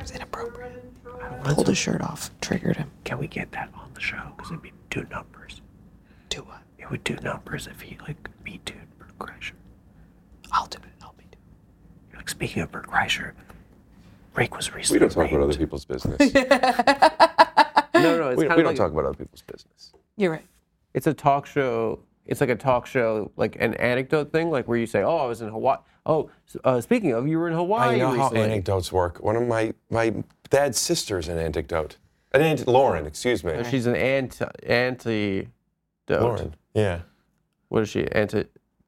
It's inappropriate. Pulled his shirt off. Triggered him. Can we get that on the show? Because it'd be two numbers. Do what? It would do numbers if he like me too Bert Kreischer. I'll do it. I'll be doing Like speaking of Bert Kreischer, Rake was recently. We don't talk about raped. other people's business. we No, no, it's we kind don't of like, talk about other people's business. You're right. It's a talk show. It's like a talk show, like an anecdote thing, like where you say, "Oh, I was in Hawaii." Oh, s- uh, speaking of, you were in Hawaii I know how recently. anecdotes work. One of my my dad's sister's an anecdote. An aunt, Lauren, excuse me. So Oh, She's an anti antidote. Lauren. Yeah. What is she? Anti.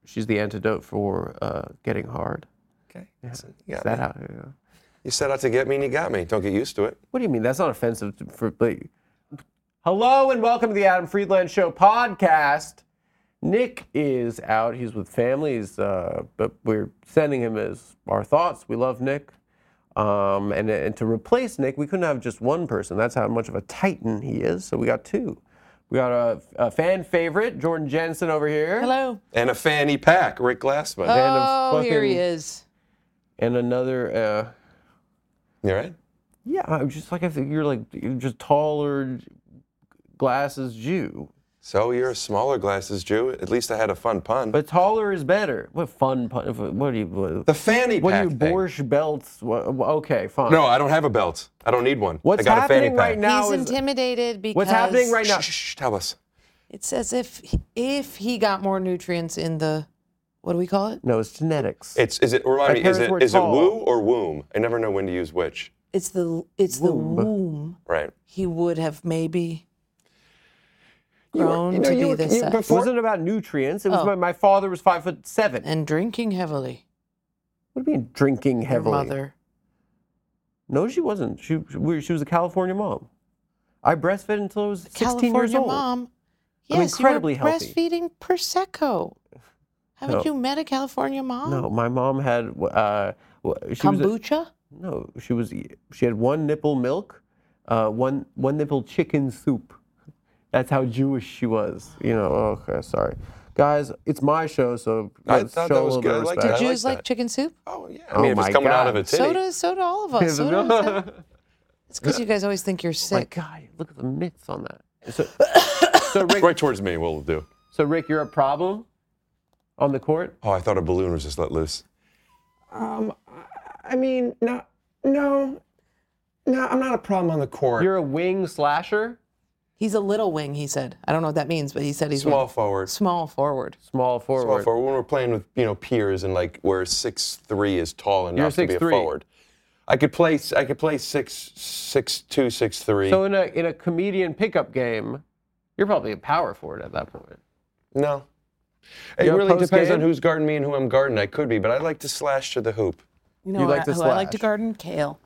She's the antidote for uh, getting hard. Okay. Yeah. Is that how? yeah. You set out to get me and you got me. Don't get used to it. What do you mean? That's not offensive to- for. But, hello and welcome to the Adam Friedland Show podcast. Nick is out. He's with families, uh, but we're sending him as our thoughts. We love Nick. Um, and, and to replace Nick, we couldn't have just one person. That's how much of a titan he is. So we got two. We got a, a fan favorite, Jordan Jensen over here. Hello. And a fanny pack, Rick Glassman. And a Oh, here he fucking- is. And another. Uh, You all right? Yeah, I'm just like I think you're like you're just taller, glasses Jew. So you're a smaller glasses Jew. At least I had a fun pun. But taller is better. What fun pun? What do you? What, the fanny what do pack. you thing. Borscht belts? What, okay, fine. No, I don't have a belt. I don't need one. I What's got a happening fanny pack. right now He's is intimidated because what's happening right now? Shh, shh, shh, tell us. It's as if he- if he got more nutrients in the what do we call it? No, it's genetics. It's is it My remind me is parents it were is it tall. woo or womb? I never know when to use which. It's the it's the womb Right. he would have maybe grown you know, to you be were- this you- size. it wasn't about nutrients. It was Oh. my, my father was five foot seven. and drinking heavily. what do you mean drinking heavily? Your mother. No, she wasn't. She she- we- she was a California mom. I breastfed until I was 16 California years old. mom. I'm Yes, incredibly you were healthy. breastfeeding prosecco. Haven't No. you met a California mom? No, my mom had uh, w- she was a- Kombucha. No, she was she had one nipple milk, uh, one one nipple chicken soup. That's how Jewish she was. You know. oh, Okay, sorry, guys. It's my show, so I let's thought show that a was little bit good. of I liked respect. it. Jews like like, that. chicken soup. Oh yeah. I Oh mean if my it's coming out of God. a titty. So does so do all of us. So does that- it's because you guys always think you're My sick. God, look at the myths on that. So, so Rick, right towards me will do. so Rick, you're a problem on the court. Oh, I thought a balloon was just let loose. Um, I- I mean, no, no, no. I'm not a problem on the court. You're a wing slasher, he's a little wing. He said. I don't know what that means, but he said he's Small Wing. forward. Small forward. small forward. Small forward. When we're playing with you know peers and like where six three is tall enough to be a 6'3". forward. I could play. I could play six six two six three. So in a in a comedian pickup game, you're probably a power forward at that point. no. It You're a really post depends on game? who's guarding me and who I'm guarding. I could be, but I like to slash to the hoop. You know You who like I, to who I like to slash. garden kale.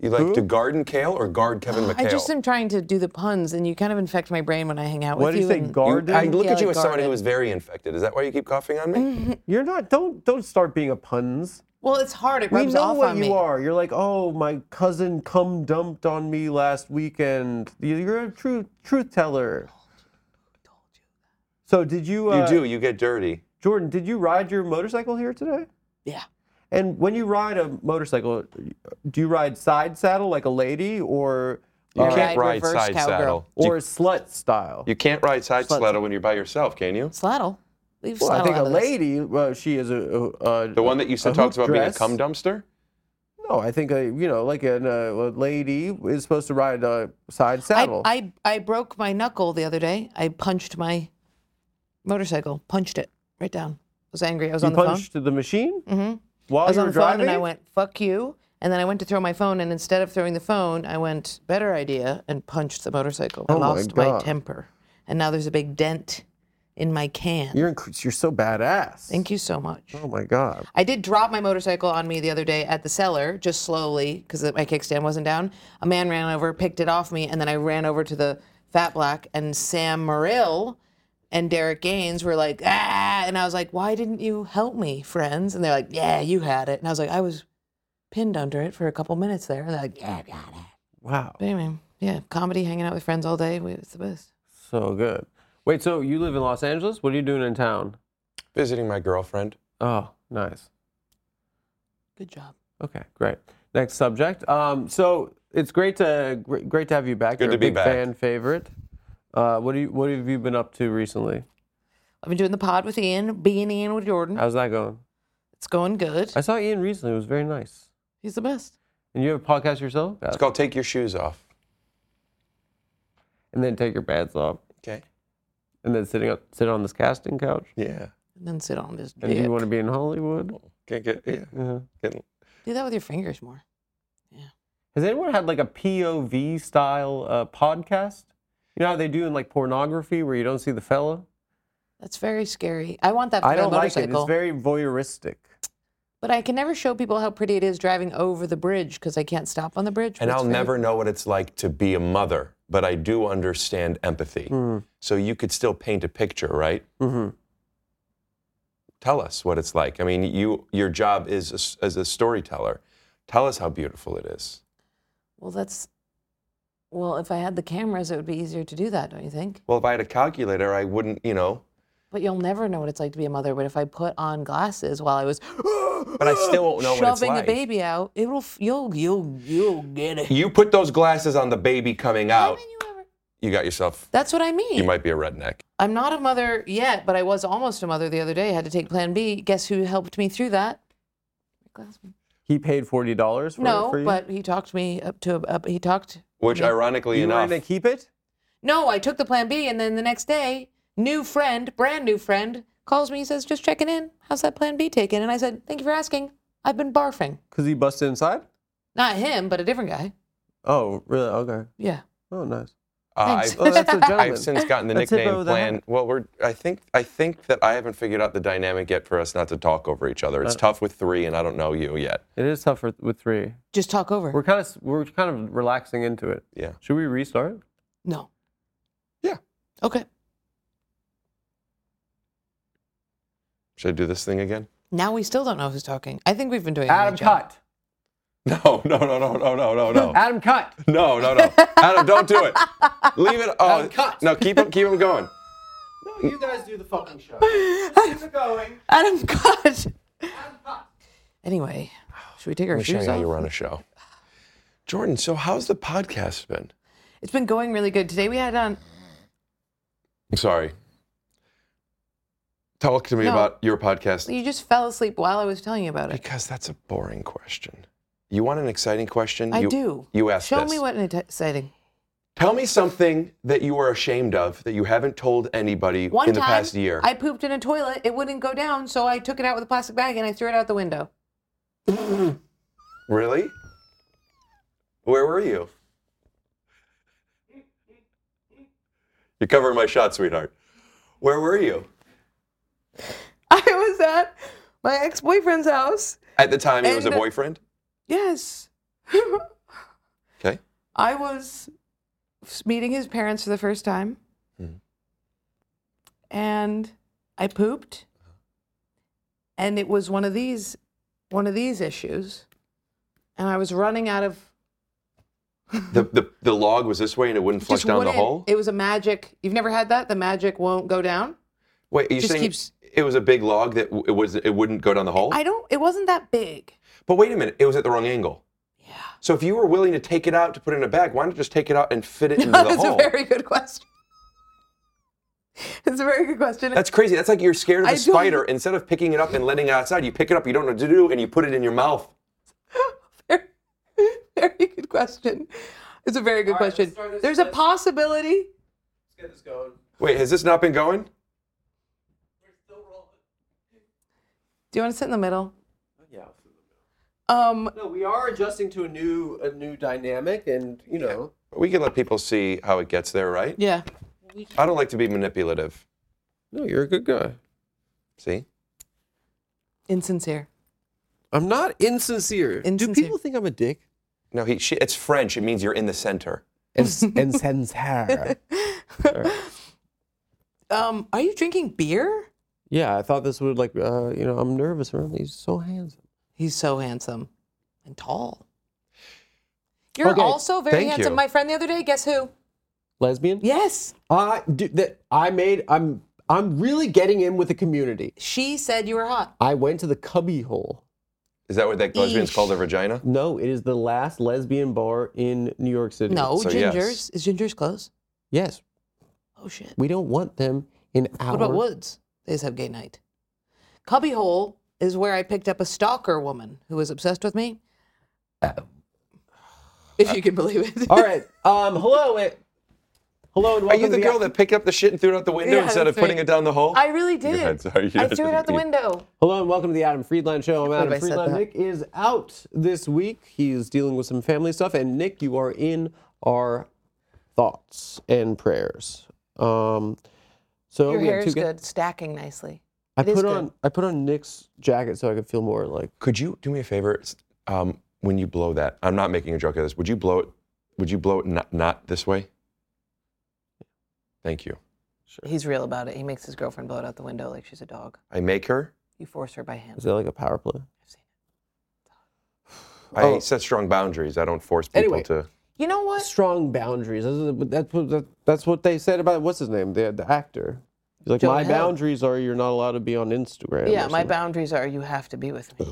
You like Who? to garden Kale or guard Kevin McHale? Oh, I just am trying to do the puns, and you kind of infect my brain when I hang out What with did you. you say, and- gar- You- I Garden? look Yeah, at you like as somebody garden. who is very infected. Is that why you keep coughing on me? You're not. Don't don't start being a puns. well, it's hard. It We rubs know off what on you me. are. You're like, oh, my cousin cum dumped on me last weekend. You- You're a true truth teller. So did you? Uh, you do. You get dirty. Jordan. Did you ride your motorcycle here today? Yeah. And when you ride a motorcycle, do you ride side saddle like a lady, or You I ride can't ride reverse side cowgirl. saddle. or you, slut style? you can't ride side Slut saddle when you're by yourself, can you? Sladdle. Leave well, Sladdle I think out a of this. lady. Uh, she is a, a, a The one that you said a talks hoop about being a dress. cum dumpster. No, I think a, you know, like an, uh, a lady is supposed to ride a side saddle. I, I I broke my knuckle the other day. I punched my motorcycle. Punched it right down. I was angry. I was you on the punched the machine phone. Mm-hmm. while I was you on were the driving. phone and I went, "Fuck you." And then I went to throw my phone, and instead of throwing the phone, I went, "Better idea," and punched the motorcycle. I Oh my lost my, God. temper, and now there's a big dent in my can. You're inc- you're so badass. Thank you so much. Oh my god. I did drop my motorcycle on me the other day at the cellar, just slowly, because my kickstand wasn't down. A man ran over, picked it off me, and then I ran over to the Fat Black, and Sam Morrill and Derek Gaines were like, ah, and I was like, why didn't you help me, friends? And they're like, yeah, you had it. And I was like, I was pinned under it for a couple minutes there. And they're like, yeah, yeah, yeah. Wow. But anyway, yeah, comedy, hanging out with friends all day, it's the best. So good. Wait, so you live in Los Angeles? What are you doing in town? Visiting my girlfriend. Oh, nice. Good job. Okay, great. Next subject. Um, so it's great to gr- great to have you back. Good You're to a be big back. fan favorite. Uh, what do you what have you been up to recently? I've been doing the pod with Ian, being Ian with Jordan. How's that going? It's going good. I saw Ian recently. It was very nice. He's the best. And you have a podcast yourself? It's called Take Your Shoes Off. And then take your pants off. Okay. And then sitting up, sit on this casting couch. Yeah. And then sit on this And dick. you want to be in Hollywood? Can't get. Yeah. Yeah. Get- Do that with your fingers more. Has anyone had like a POV style uh, podcast? You know how they do in like pornography where you don't see the fella? That's very scary. I want that for my I don't like it. motorcycle. It's very voyeuristic. but I can never show people how pretty it is driving over the bridge because I can't stop on the bridge. but And it's I'll very- never know what it's like to be a mother, but I do understand empathy. Hmm. So you could still paint a picture, right? Mm-hmm. Tell us what it's like. I mean, you your job is a s as a storyteller. Tell us how beautiful it is. Well, that's. Well, if I had the cameras, it would be easier to do that, don't you think? Well, if I had a calculator, I wouldn't, you know. But you'll never know what it's like to be a mother. But if I put on glasses while I was But I still won't know what it's shoving like. a baby out, it'll f- you'll you'll you'll get it. You put those glasses on the baby coming out. Haven't you ever- You got yourself. That's what I mean. You might be a redneck. I'm not a mother yet, but I was almost a mother the other day. I had to take Plan B. Guess who helped me through that? Rick Glassman. He paid forty dollars for no, for you. but he talked me up to up, he talked. Which, me- ironically you were enough, gonna keep it. No, I took the Plan B, and then the next day, new friend, brand new friend, calls me. He says, "Just checking in. How's that Plan B taken?" And I said, "Thank you for asking. I've been barfing." Cause he busted inside. Not him, but a different guy. Oh, really? Okay. Yeah. Oh, nice. uh, Thanks. I've, Oh, that's a gentleman. I've since gotten the That's nickname hippo that plan. had- Well, we're I think I think that I haven't figured out the dynamic yet for us not to talk over each other. Uh. It's tough with three, and I don't know you yet. It is tough for, with three. Just talk over. We're kind of we're kind of relaxing into it. Yeah. Should we restart? no. Yeah. Okay. Should I do this thing again? Now we still don't know who's talking. I think we've been doing. a Adam, good job. cut. No, no, no, no, no, no, no, no, Adam, cut. no, no, no. Adam, don't do it. Leave it. Oh, Adam, cut. no, keep him, keep him going. No, you guys do the fucking show. Keep it going. Adam cut. Anyway, should we take our Let me show shoes you how off? you run a show. Jordan, so how's the podcast been? It's been going really good. Today we had um, on. I'm sorry. Talk to me No. about your podcast. You just fell asleep while I was telling you about it. Because that's a boring question. You want an exciting question? I You- do. You ask Show this. me what an enti- exciting. Tell me something that you are ashamed of that you haven't told anybody One in the time, past year. I pooped in a toilet. It wouldn't go down, so I took it out with a plastic bag and I threw it out the window. really? Where were you? You're covering my shot, sweetheart. Where were you? I was at my ex-boyfriend's house. At the time, it was a And- boyfriend. Yes, Okay. I was meeting his parents for the first time, Mhm. and I pooped, and it was one of these, one of these issues, and I was running out of. The, the, the log was this way and it wouldn't flush just down the wouldn't- hole? It was a magic. You've never had that. The magic won't go down. Wait, are you just saying keeps- it was a big log that w- it, was, it wouldn't go down the hole? I don't. It wasn't that big. But wait a minute, it was at the wrong angle. Yeah. So if you were willing to take it out to put it in a bag, why not just take it out and fit it into the That's a hole? very good question. It's a very good question. That's crazy. That's like you're scared of I a don't- spider. Instead of picking it up and letting it outside, you pick it up, you don't know what to do, and you put it in your mouth. very, very good question. It's a very good question. There's a possibility. Wait, has this not been going? Do you want to sit in the middle? Um, No, we are adjusting to a new a new dynamic, and you know. We can let people see how it gets there, right? yeah. I don't like to be manipulative. No, you're a good guy. See? Insincere. I'm not insincere. Do Insincere. people think I'm a dick? No, he, she, it's French. It means you're in the center. Insincere. Um, are you drinking beer? yeah, I thought this would like, uh, you know, I'm nervous around. He's so handsome. He's so handsome and tall. You're Okay, also very thank handsome. you. My friend the other day, guess who? Lesbian? Yes. Uh, dude, that I made. I'm I'm really getting in with the community. She said you were hot. I went to the Cubby Hole. Is that what that lesbian's Eesh. called a vagina? No, it is the last lesbian bar in New York City. No, So, Gingers. yes. Is Gingers close? Yes, Oh shit. we don't want them in our. What about Woods? They just have gay night. Cubbyhole is where I picked up a stalker woman who was obsessed with me. If you can believe it. All right. Um. Hello. It. Hello and Are welcome. you the to girl that picked up the shit and threw it out the window Yeah, instead of that's putting right. it down the hole? I really Your did. head's already- I threw it out the window. Hello and welcome to the Adam Friedland Show. I'm Would've Adam I said Friedland. that? Nick is out this week. He's dealing with some family stuff, and Nick, you are in our thoughts and prayers. Um. So Your we have hair two is guys- good, stacking nicely. I It is put good. on I put on Nick's jacket so I could feel more like Could you do me a favor? S- Um, when you blow that, I'm not making a joke of this. Would you blow it? Would you blow it not, not this way? Thank you. He's real about it. He makes his girlfriend blow it out the window like she's a dog. I make her. You force her by hand. is that like a power play? I Oh. set strong boundaries. I don't force people Anyway. to. You know what? Strong boundaries. That's what- That's what that- that's what they said about what's his name the the actor. He's like Jonah my Hill." boundaries are you're not allowed to be on Instagram. or Yeah, my something." boundaries are you have to be with me.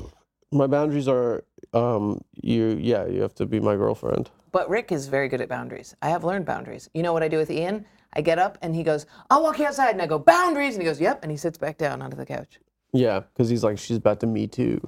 my boundaries are um you yeah you have to be my girlfriend. But Rick is very good at boundaries. I have learned boundaries. You know what I do with Ian? I get up and he goes, I'll walk you outside. And I go, boundaries. And he goes, yep. And he sits back down onto the couch. Yeah, because he's like she's about to me too.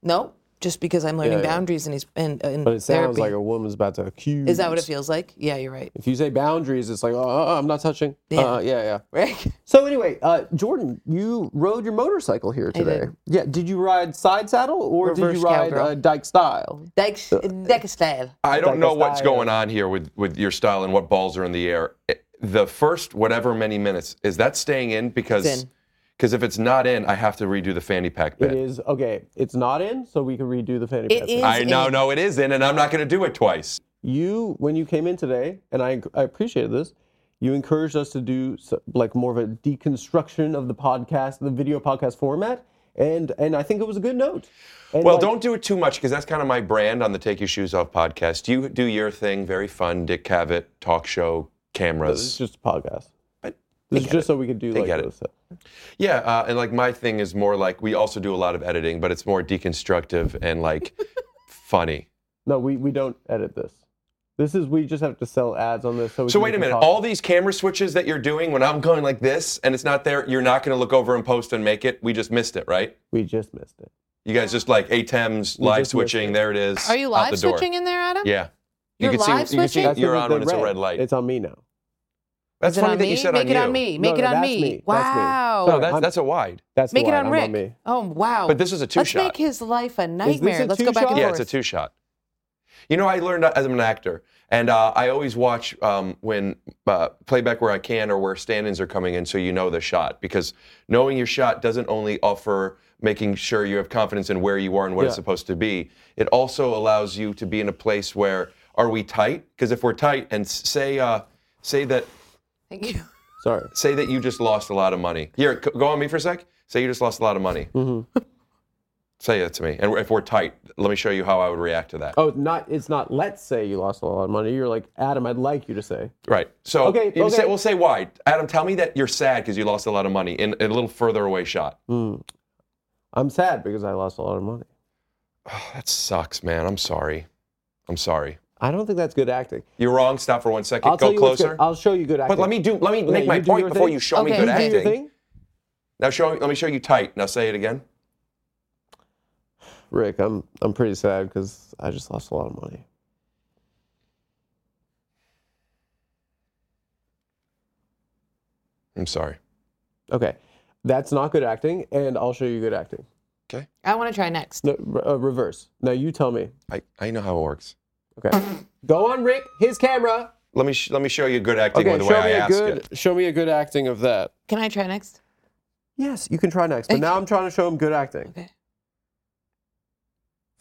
No, just because I'm learning Yeah, yeah. boundaries and he's in, in But it sounds therapy. like a woman's about to accuse. is that what it feels like? Yeah, you're right. If you say boundaries, it's like oh, oh, oh, I'm not touching. Yeah. Uh, yeah yeah. Rick? So anyway, uh, Jordan, you rode your motorcycle here today. did. Yeah, did you ride side saddle or did Reverse you ride cowgirl. uh, dyke style? Dyke, Dyke style. I don't Like know a what's style. going on here with, with your style and what balls are in the air. I- The first whatever many minutes is that staying in It's because in. because if it's not in, I have to redo the fanny pack It bit. is okay. It's not in, so we can redo the fanny It pack. is- I no in. no it is in, and I'm not going to do it twice. You, when you came in today, and I, I appreciated this. You encouraged us to do s- like more of a deconstruction of the podcast, the video podcast format, and and I think it was a good note. And Well, like, don't do it too much because that's kind of my brand on the Take Your Shoes Off podcast. You do your thing, very fun, Dick Cavett talk show It's cameras. just a podcast. But This is just so we could do They like get it. this. Yeah, uh, and like my thing is more like we also do a lot of editing, but it's more deconstructive and like funny. No, we, we don't edit this. This is we just have to sell ads on this. So, we So can wait a make minute, profit. all these camera switches that you're doing when I'm going like this and it's not there, you're not going to look over and post and make it. We just missed it, right? we just missed it. You guys just like ATEMs We live just missed switching. it. There it is. Are you live out the door. switching in there, Adam? Yeah. You're you can see, live you can see switching? you're the- on the when it's a red light. It's on me now. That's Is it funny on that me? you said Make on it you. on me. Make no, it on that's me. me. That's me. Wow. No, that's, Oh, I'm- that's a wide. That's Make the it line. on Rick. I'm me. Oh wow! But this is a Let's two-shot. make his life a this nightmare. a Let's go back two-shot? and Yeah, forth. it's a two shot. You know, I learned uh, as I'm an actor, and uh, I always watch um, when uh, playback where I can or where stand ins are coming in so you know the shot because knowing your shot doesn't only offer making sure you have confidence in where you are and what it's Yeah. supposed to be, it also allows you to be in a place where are we tight? Because if we're tight and s- say, uh, say that Thank you. Sorry. say that you just lost a lot of money. Here, c- go on me for a sec. Say you just lost a lot of money. Mm-hmm. Say that to me. And if we're tight, let me show you how I would react to that. Oh, not. It's not. Let's say you lost a lot of money. You're like Adam. I'd like you to say. Right. So Okay, you okay. Say, we'll say why. Adam, tell me that you're sad because you lost a lot of money in, in a little further away shot. Mm. I'm sad because I lost a lot of money. That sucks, man. I'm sorry. I'm sorry. I don't think that's good acting. You're wrong. Stop for one second. I'll Go tell you what's closer. good- I'll show you good acting. But let me do. Let me Okay, make my you do point your before thing. you show me Okay, good You do your acting. thing, Now show. Let me show you tight. Now say it again. Rick. I'm I'm pretty sad because I just lost a lot of money. I'm sorry. Okay, that's not good acting, and I'll show you good acting. Okay. I want to try next. No, re- uh, reverse. Now you tell me. I, I know how it works. Okay, go on, Rick. His camera. Let me sh- let me show you good acting Okay, with the way show I me a ask good it. show me a good acting of that. Can I try next? Yes, you can try next. But now I'm trying to show him good acting. Okay.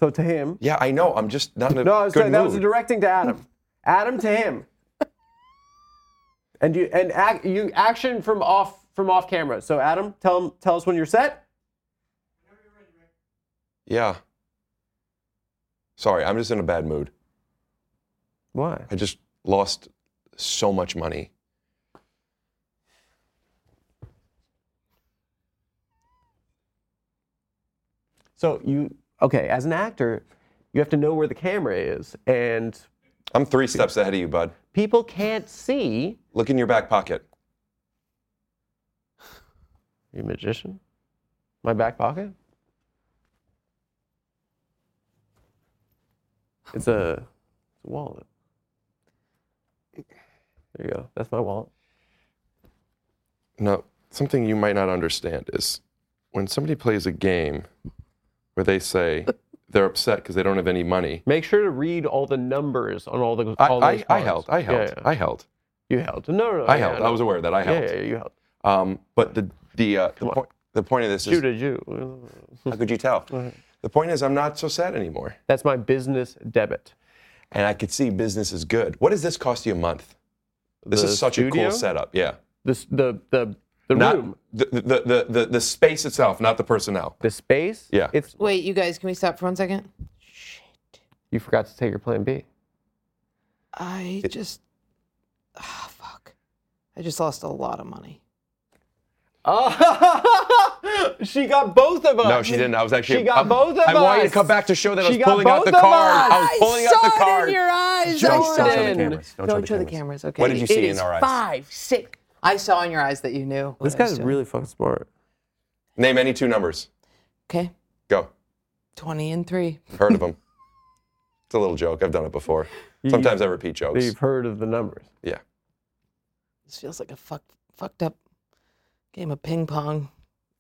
So to him. Yeah, I know. I'm just not in a No, I was good saying, mood. that was a directing to Adam. Adam to him. And you and ac- you action from off from off camera. So Adam, tell him tell us when you're set. yeah. Sorry, I'm just in a bad mood. Why? I just lost so much money. So you okay? As an actor, you have to know where the camera is, and I'm three steps ahead of you, bud. people can't see. Look in your back pocket. You magician? My back pocket? It's a, it's a wallet. There you go. That's my wallet. No, something you might not understand is when somebody plays a game where they say they're upset because they don't have any money. Make sure to read all the numbers on all the. I, all those I, I cards. held. I Yeah, held. yeah. I held. you held. No, no, no. I yeah, held. no. I was aware that I Yeah, held. yeah, yeah, you held. Um, but the the uh, the, point, the point of this Shoot is at you. how could you tell? The point is I'm not so sad anymore, That's my business debit. and I could see business is good. What does this cost you a month? This The is such a studio? cool setup. Yeah. This the the the Not room. The, the, the, the, the space itself, not the personnel. The space. Yeah. It's Wait, you guys, can we stop for one second? you forgot to take your plan B. I just. Ah, fuck. I just lost a lot of money. Oh, she got both of us. No, she didn't. I was actually. She got I'm- both of us. I want you to come back to show that I She was got pulling out the both of card. I us. was pulling out the card. eyes. Don't I show saw the it in- cameras. Don't show the cameras. Okay. What did you It see in is our eyes? Five, six. I saw in your eyes that you knew. This what I was guy's doing. really fucking smart. Name any two numbers. okay. Go. Twenty and three. Heard of them? it's a little joke. I've done it before. Sometimes I repeat jokes. You've heard of the numbers. Yeah. This feels like a fuck, fucked up game of ping pong.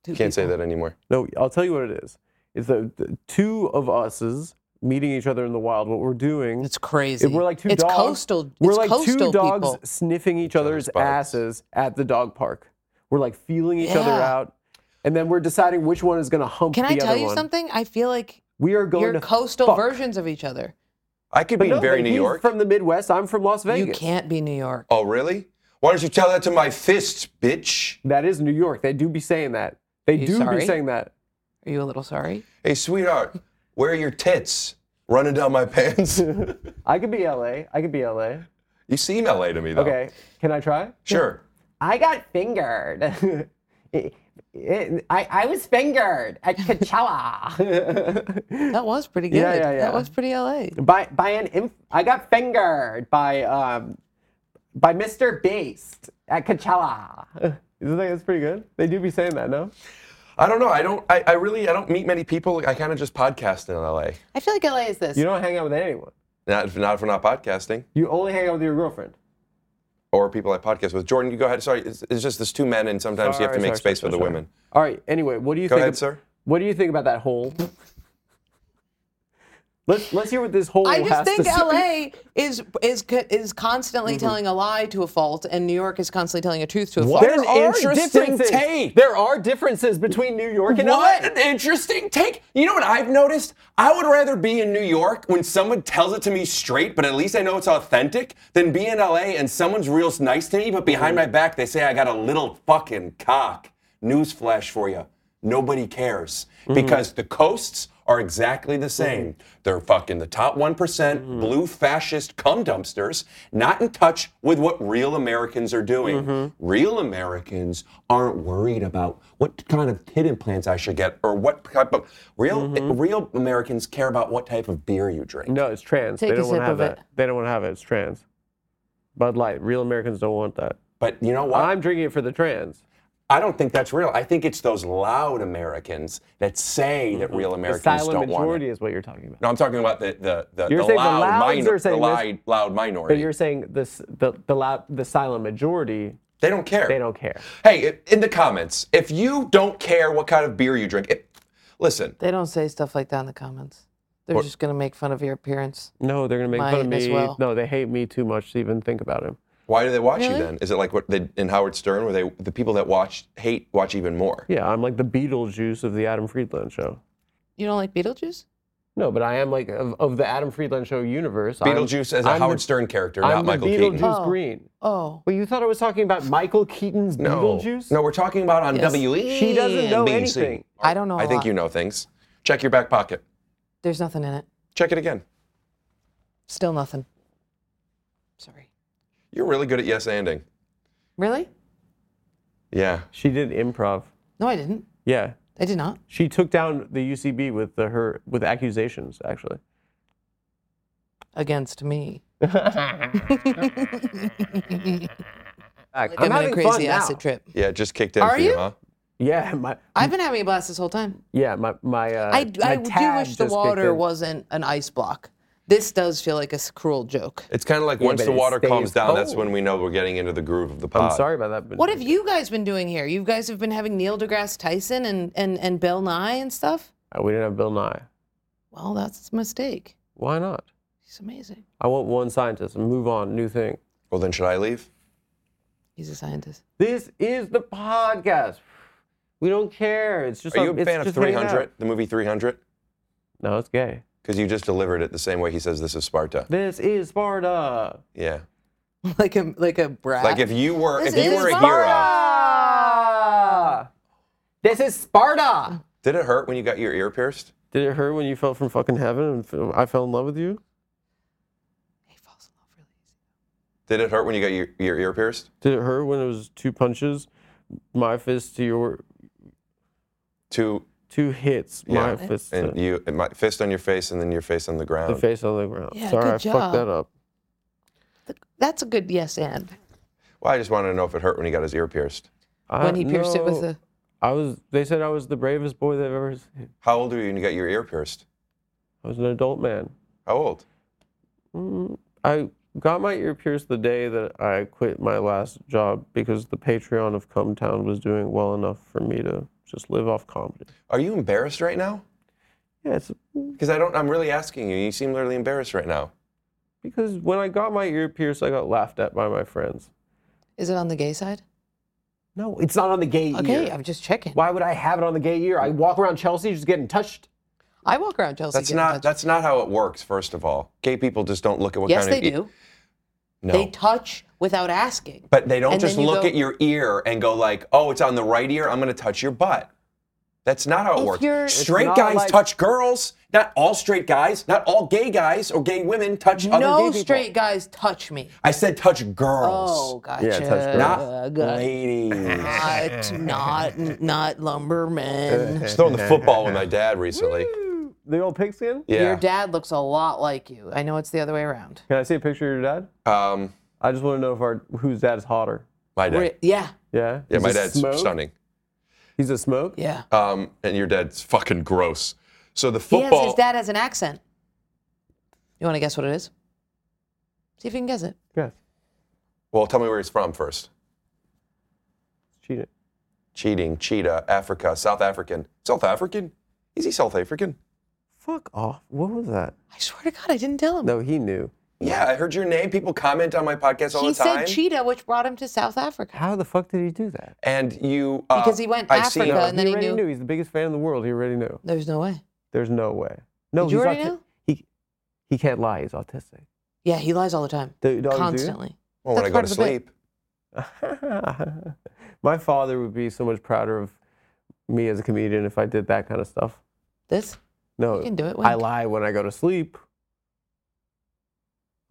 Two Can't say people. that anymore. No, I'll tell you what it is. It's the, the two of us's meeting each other in the wild. What we're doing, It's crazy. if we're like two it's dogs. Coastal, We're it's like coastal two dogs people. sniffing each other's butts. asses at the dog park. We're like feeling each other Yeah. out, and then we're deciding which one is going to hump Can the I other tell you one. something? I feel like We are going you're to coastal fuck. versions of each other. I could be But no, in very but New he's York. From the Midwest, I'm from Las Vegas. You can't be New York. oh, really? Why don't you tell that to my fists, bitch? That is New York. They do be saying that. They You do sorry? be saying that. Are you a little sorry? Hey, sweetheart, where are your tits? Running down my pants. I could be LA. I could be LA. you seem LA to me, though. Okay. Can I try? Sure. I got fingered. I, I was fingered at Coachella That was pretty good. Yeah, yeah, yeah. That was pretty LA. by by an inf- I got fingered by um by Mr. Beast at Coachella. Isn't that that's pretty good? They do be saying that, no? I don't know. I don't. I, I really. I don't meet many people. I kind of just podcast in LA. I feel like LA is this. You don't hang out with anyone. Not if, not if we're not podcasting You only hang out with your girlfriend. or people I podcast with. Jordan, you go ahead. Sorry, it's, it's just there's two men, and sometimes you have to Sorry, make sorry, space sorry, for the sorry, women. All right. Anyway, what do you Go think? ahead, ab- sir. What do you think about that whole? let's let's hear what this whole. I has just to think say. Mm-hmm. LA is is co- is constantly telling a lie to a fault, and New York is constantly telling a truth to a fault. There's are interesting differences. take. There are differences between New York and What LA. an interesting take. You know what I've noticed? I would rather be in New York when someone tells it to me straight, but at least I know it's authentic, than be in LA and someone's real nice to me, but behind my Mm-hmm. back they say I got a little fucking cock. Newsflash for you. Nobody cares Mm-hmm. because the coasts are exactly the same. They're fucking the top 1% Mm-hmm. blue fascist cum dumpsters, not in touch with what real Americans are doing. Mm-hmm. Real Americans aren't worried about what kind of tit implants I should get or what type of real real Americans care about what type of beer you drink. Mm-hmm. No, it's trans. Take they a don't want sip to have of that. it. They don't want to have it. It's trans. Bud Light. Real Americans don't want that. But you know what? I'm drinking it for the trans. I don't think that's real. I think it's those loud Americans that say that real Americans Mm-hmm. the silent don't want majority it. is what you're talking about. No, I'm talking about the the the, You're the saying the loud louds minor, are saying the this, loud, loud minority. But you're saying this the the loud the silent majority. They don't care. They don't care. Hey, i- in the comments, if you don't care what kind of beer you drink, it, listen, They don't say stuff like that in the comments. They're just going to make fun of your appearance. No, they're gonna make Might fun of as me. well. No, they hate me too much to even think about him. Why do they watch you Really? then? Is it like what they in Howard Stern, where they the people that watch hate watch even more? Yeah, I'm like the Beetlejuice of the Adam Friedland show. You don't like Beetlejuice? No, but I am like of, of the Adam Friedland show universe. I'm- Beetlejuice as a I'm the- Howard Stern character, I'm not the Michael Beetlejuice Keaton. Oh. Green. Oh. Well, you thought I was talking about Michael Keaton's No, Beetlejuice? no, we're talking about on E Yes. WE. She doesn't know NBC. anything. I don't know a I think lot. you know things. Check your back pocket. There's nothing in it. Check it again. Still nothing. Sorry. You're really good at yes anding. Really? Yeah. She did improv. No, I didn't. Yeah, I did not. she took down the UCB with the, her with accusations. Actually, Against me. Like I'm I'm, on having a fun crazy now. acid trip. Yeah, it just kicked in Are for you, you? huh? Yeah, my I've been having a blast this whole time. yeah my my. Uh, I, my I do tab wish the just kicked water in. wasn't an ice block. This does feel like a s- cruel joke. It's kind of like Yeah, once but the it water stays calms down, that's cold. when we know we're getting into the groove of the pod. I'm sorry about that. But What have you guys been doing here? You guys have been having Neil deGrasse Tyson and, and, and Bill Nye and stuff? Uh, we didn't have Bill Nye. Well, that's a mistake. Why not? He's amazing. I want one scientist and move on. New thing. Well, then should I leave? He's a scientist. This is the podcast. We don't care. It's just. Are a- you a it's fan of just hanging out. 300, the movie 300? No, it's gay. Because you just delivered it the same way he says this is Sparta. This is Sparta. Yeah. like a like a brat. Like if you were This if you is were a hero, Sparta! Sparta. This is Sparta. did it hurt when you got your ear pierced? Did it hurt when you fell from fucking heaven and f- I fell in love with you? he falls in love really easy. Did it hurt when you got your, your ear pierced? Did it hurt when it was two punches, my fist to your Two two hits, yeah, my fist and to you and my fist on your face and then your face on the ground. the face on the ground? Yeah, Sorry, good I fucked that job. up. Th- That's a good yes and. Well, I just wanted to know if it hurt when he got his ear pierced. I When he pierced it with know. a I was. They said I was the bravest boy they've ever seen. How old were you when you got your ear pierced? I was an adult man. How old? Mm, I got my ear pierced the day that I quit my last job because the Patreon of Cumtown was doing well enough for me to just live off comedy. Are you embarrassed right now? Yeah, it's Because I don't. I'm really asking you. You seem literally embarrassed right now. because when I got my ear pierced, I got laughed at by my friends. is it on the gay side? No, it's not on the gay Okay, I'm just checking. Why would I have it on the gay ear? I walk around Chelsea just getting touched. I walk around Chelsea. That's getting not. touched. That's not how it works. First of all, gay people just don't look at what yes, kind they of. e- do. No. They touch without asking. but they don't and just then you look go- at your ear and go like, "Oh, it's on the right ear. I'm going to touch your butt." That's not how it If you're- works. It's Straight not guys like- touch girls. Not all straight guys. Not all gay guys or gay women touch other gay no people. straight guys touch me. I said touch girls. Oh, Uh, gotcha. Yeah, touch girls. Not Got- ladies. not not not lumbermen. Just throwing the football with my dad recently. The old pigskin? Yeah. Your dad looks a lot like you. I know it's the other way around. Can I see a picture of your dad? Um, I just want to know if our whose dad's hotter. my dad. Re- yeah, Yeah. Yeah, He's my a dad's smoke? stunning. He's a smoke. yeah. Um, and your dad's fucking gross. So the He has, football. his dad has an accent. You want to guess what it is? See if you can guess it. Yes. well, tell me where he's from first. Cheated. Cheating, cheetah, Africa, South African. South African? Is he South African? Fuck off. What was that? I swear to God, I didn't tell him. Oh. No, he knew. Yeah, I heard your name. People comment on my podcast all he the time. said cheetah, which brought him to South Africa. How the fuck did he do that? And you. Uh, Because he went I see- Africa no, and then he already knew- knew. He's the biggest fan in the world. He already knew. There's no way. There's no way. No, Did you he's already auti- know? He he can't lie. He's autistic. Yeah, he lies all the time, Do- do I do? constantly. well, when That's I part go to of the bit. sleep. My father would be so much prouder of me as a comedian if I did that kind of stuff. This? No, You can do it, I Wink. lie when I go to sleep.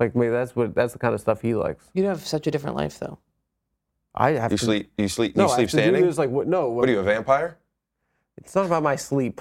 Like maybe that's what that's the kind of stuff he likes. You have such a different life, though. I have You to sleep. You sleep. No, you I sleep have to do standing. this, like what? No, what are you, a vampire? It's not about my sleep.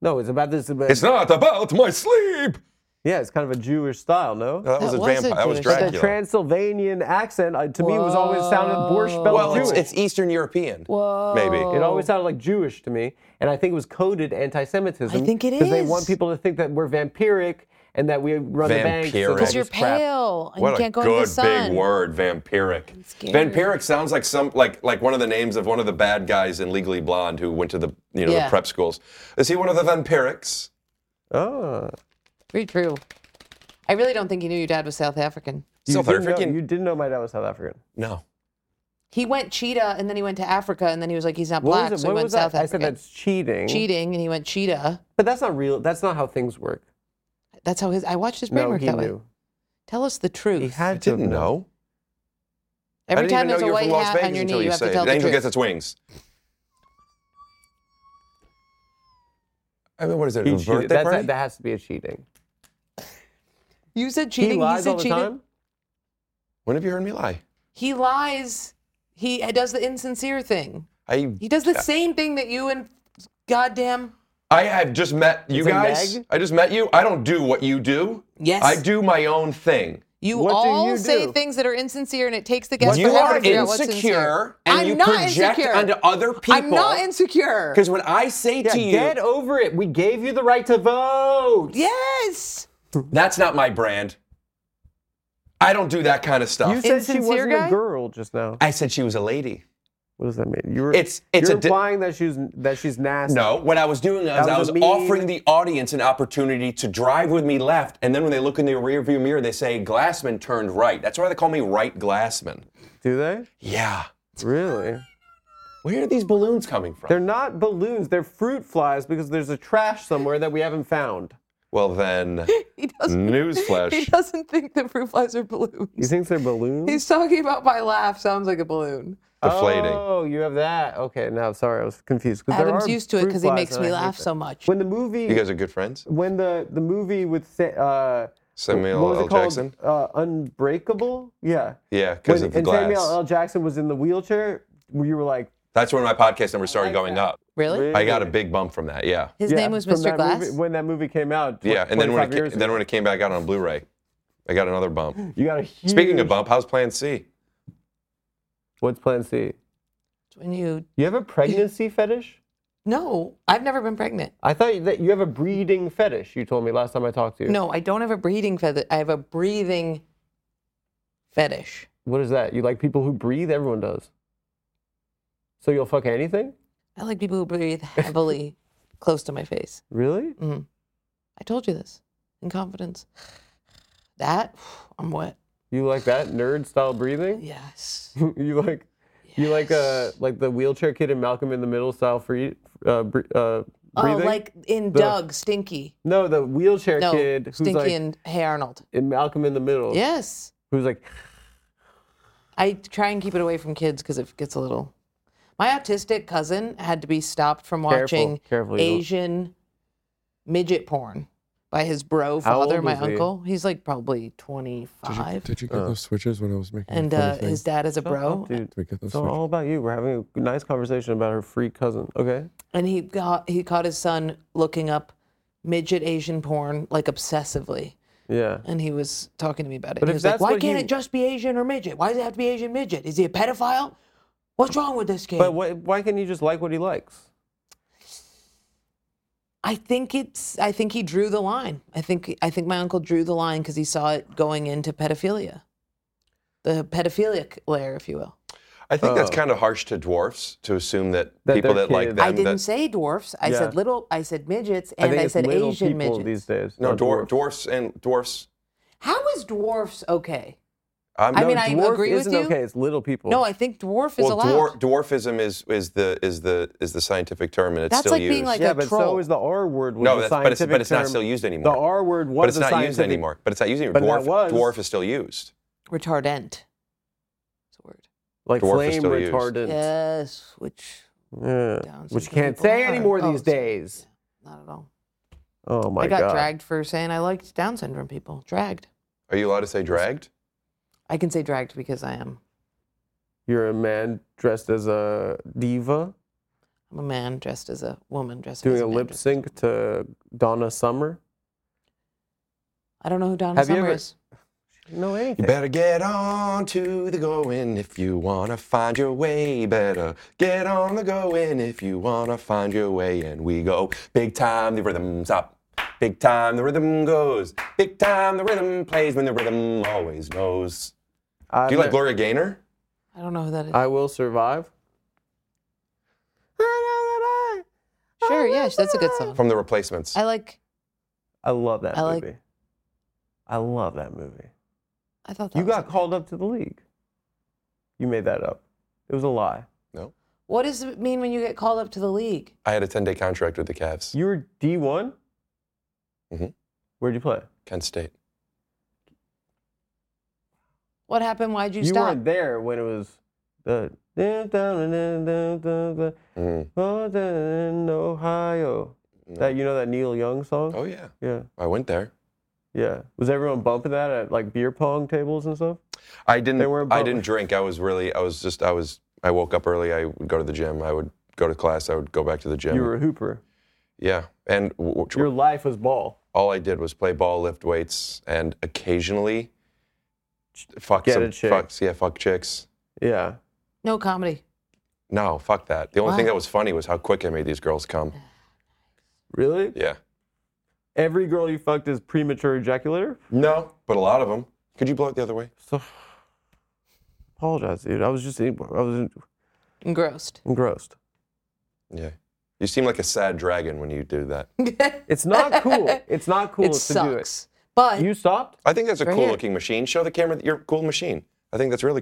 No, it's about this. About, It's not about my sleep. Yeah, it's kind of a Jewish style. No, No, that, was a That was a vampire. That was Jewish- Like a the Oh, Dracula. Transylvanian accent uh, to me was always sounded Borscht Bell well, it's, Jewish. it's Eastern European. Maybe. It always sounded like Jewish to me, and I think it was coded anti-Semitism. I think it because they is. want people to think that we're vampiric and that we run the banks. and all Vampiric. this Because you're crap. pale and What you a can't go into good the sun. big word, vampiric. scary. Vampiric sounds like some like like one of the names of one of the bad guys in Legally Blonde who went to the you know Yeah. the prep schools. Is he one of the vampirics? Oh, Very true. I really don't think he knew your dad was South African. You South didn't know- African? You didn't know my dad was South African. No. He went cheetah and then he went to Africa and then he was like, he's not What black, was it? so he what went was South that? I said African. that's cheating. cheating and he went cheetah. But that's not real. That's not how things work. That's how his. I watched his brain No, work he that knew. way. Tell us the truth. He I had to have didn't known. know. Every I time didn't even know there's a you were white from Las hat Vegas on your until knee, you have say to it. tell The the angel truth. gets its wings. I mean, what is it? He A cheated. birthday That's- party? that has to be a cheating. You said cheating. he He, lies said all the cheating. time. When have you heard me lie? He lies. He does the insincere thing. I He does the same thing that you and goddamn. I have just met you It's a guys. nag? I just met you. I don't do what you do. Yes. I do my own thing. You What do all you say do? things that are insincere, and it takes the guess you forever are to figure out what's sincere. insecure and I'm you not project insecure. onto other I'm not people. insecure. Because when I say Yeah, to you, get over it. We gave you the right to vote. Yes. that's not my brand. I don't do that kind of stuff. You said she Insincere wasn't guy? a girl just now. I said she was a lady. What does that mean? You were, It's- it's you're a di- implying that she's that she's nasty. No, what I was doing is That I was was a mean- offering the audience an opportunity to drive with me left, and then when they look in the rearview mirror, they say Glassman turned right. That's why they call me Right Glassman. Do they? Yeah. Really? Where are these balloons coming from? They're not balloons. They're fruit flies because there's a trash somewhere that we haven't found. well then, He doesn't. He newsflash. doesn't think that fruit flies are You balloons. think they're balloons? He's talking about my laugh sounds like a balloon. Deflating. Oh, you have that. Okay, now sorry, I was confused. 'cause there Adam's are used to it fruit because he flies makes and me I hate laugh them. so much. When the movie, You guys are good friends? when the the movie with Sa- uh, Samuel what was L. it called? Jackson? Uh, Unbreakable. Yeah. Yeah, 'cause When- of the and Samuel glass. L. Jackson was in the wheelchair. You were like, That's when my podcast number started going up. Really? I got a big bump from that, yeah. His yeah, name was from Mr. that Glass. movie- when that movie came out. tw- Yeah, and then when, 25 it years ca- then when it came back out on Blu-ray, I got another bump. ago. you got a huge. Speaking of bump, how's Plan C? what's Plan C? when you You have a pregnancy fetish? no, I've never been pregnant. I thought that you have a breeding fetish. You told me last time I talked to you. No, I don't have a breathing feather. I have a breathing fetish. What is that? You like people who breathe? Everyone does. So you'll fuck anything? I like people who breathe heavily close to my face. Really? I told you this in confidence. That I'm wet. You like that nerd style breathing? Yes. you like you like uh like the wheelchair kid in Malcolm in the Middle style free uh, bre- uh Oh, breathing? like in Doug Stinky. no the wheelchair No, kid who's Stinky like Oh. and Hey Arnold. in Malcolm in the Middle. Yes. Who's like I try and keep it away from kids because it gets a little. My autistic cousin had to be stopped from Careful, watching careful, you don't- Asian midget porn by his bro How old father, my was he? uncle. He's like probably 25. Did you get those switches when I was making Uh. and the funny uh, thing? his dad is a bro. dude. Did we get those It's all, all about you. We're having a nice conversation about her free cousin. Okay. And he got he caught his son looking up midget Asian porn like obsessively. Yeah. And he was talking to me about it. he But if was like, that's Why what can't he- it just be Asian or midget? Why does it have to be Asian midget? Is he a pedophile? What's wrong with this kid? But why why can't he just like what he likes? I think it's. I think he drew the line. I think. I think my uncle drew the line because he saw it going into pedophilia, the pedophilic layer, if you will. I think that's kind of harsh to dwarfs to assume that, Oh. That people they're that like kids. them. I didn't that, say dwarfs. I said Yeah. little. I said midgets, and I, it's said little Asian people midgets. these days. no, not dwar- dwarfs. dwarfs and dwarfs. um, How is dwarfs okay? I'm, I mean, No, dwarf agree with isn't you. okay. It's little people. No, I think dwarf is well, allowed. dwar- dwarfism is is the is the is the scientific term, and it's That's still like used. being like yeah, a but troll. so is the R word. Was No, a that's- but it's- scientific but it's not term. still used anymore. The R word was but it's a not used scientific- anymore. But it's not used anymore. But that dwarf, was- dwarf is still used. Retardant. It's a word. Like Dwarf is flame still used. retardant. Yes, which Yeah. Down Which syndrome can't people say are. anymore Oh, these sorry. days. not at all. Oh my I got god. dragged for saying I liked Down syndrome people. Dragged. Are you allowed to say dragged? I can say dragged because I am. You're a man dressed as a diva I'm a man dressed as a woman dressed doing as a man lip dressed- sync to Donna Summer. I don't know who Donna Have you Summer ever- is. No anything. You better get on to the going if you wanna find your way. Better get on the going if you wanna find your way. And we go big time, the rhythm's up. Big time, the rhythm goes. Big time, the rhythm plays when the rhythm always knows. I've Do you like ne- Gloria Gaynor? I don't know who that is. I will survive. sure, yeah, sh- that's a good song. From The Replacements. I like I love that I like- movie. I love that movie. I thought that You was got called up to the league. You made that up. It was a lie. No. What does it mean when you get called up to the league? I had a 10 day contract with the Cavs, You were D1? Mm-hmm. Mhm. Where'd you play? Kent State. What happened? Why'd you, You, stop? weren't there when it was the. Mm. Northern Ohio. That you know that Neil Young song? Oh, yeah. Yeah, I went there. yeah. Was everyone bumping that at like beer pong tables and stuff? I didn't. They were I both- didn't drink. I was really. I was just. I was. I woke up early. I would go to the gym. I would go to class. I would go back to the gym. You were a hooper. yeah, and w- w- Your life was ball. all I did was play ball, lift weights, and occasionally fuck Get some a chick. fucks. Yeah, fuck chicks. Yeah. No comedy. No, fuck that. The only thing Why? that was funny was how quick I made these girls come. Really? Yeah. Every girl you fucked is premature ejaculator? No, but a lot of them. Could you blow it the other way? So apologize, dude. I was just I was Engrossed. engrossed. Yeah. You seem like a sad dragon when you do that. It's not cool. It's not cool it to sucks. do But it. You stopped? I think that's a Right cool here. looking machine. Show the camera that you're a cool machine. I think that's really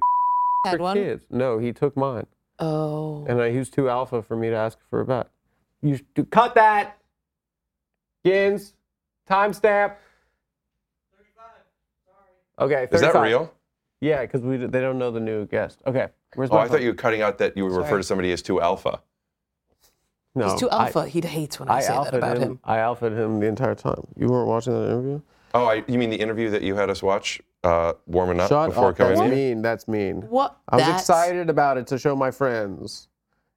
had For one. kids. No, he took mine, Oh. and uh, he was too alpha for me to ask for a bet. You sh- do- cut that. Gins, timestamp. Okay, 35. Is that real? Yeah, because we d- they don't know the new guest. Okay, where's Oh, my I phone? thought you were cutting out that you would refer to somebody as too alpha. No, He's too I- alpha. he hates when I, I, say that alpha about him. I alphaed him the entire time. You weren't watching that interview. Oh, I, you mean the interview that you had us watch uh, warming up Shut before up. coming That's in? mean. That's mean. What? I was That's- excited about it to show my friends,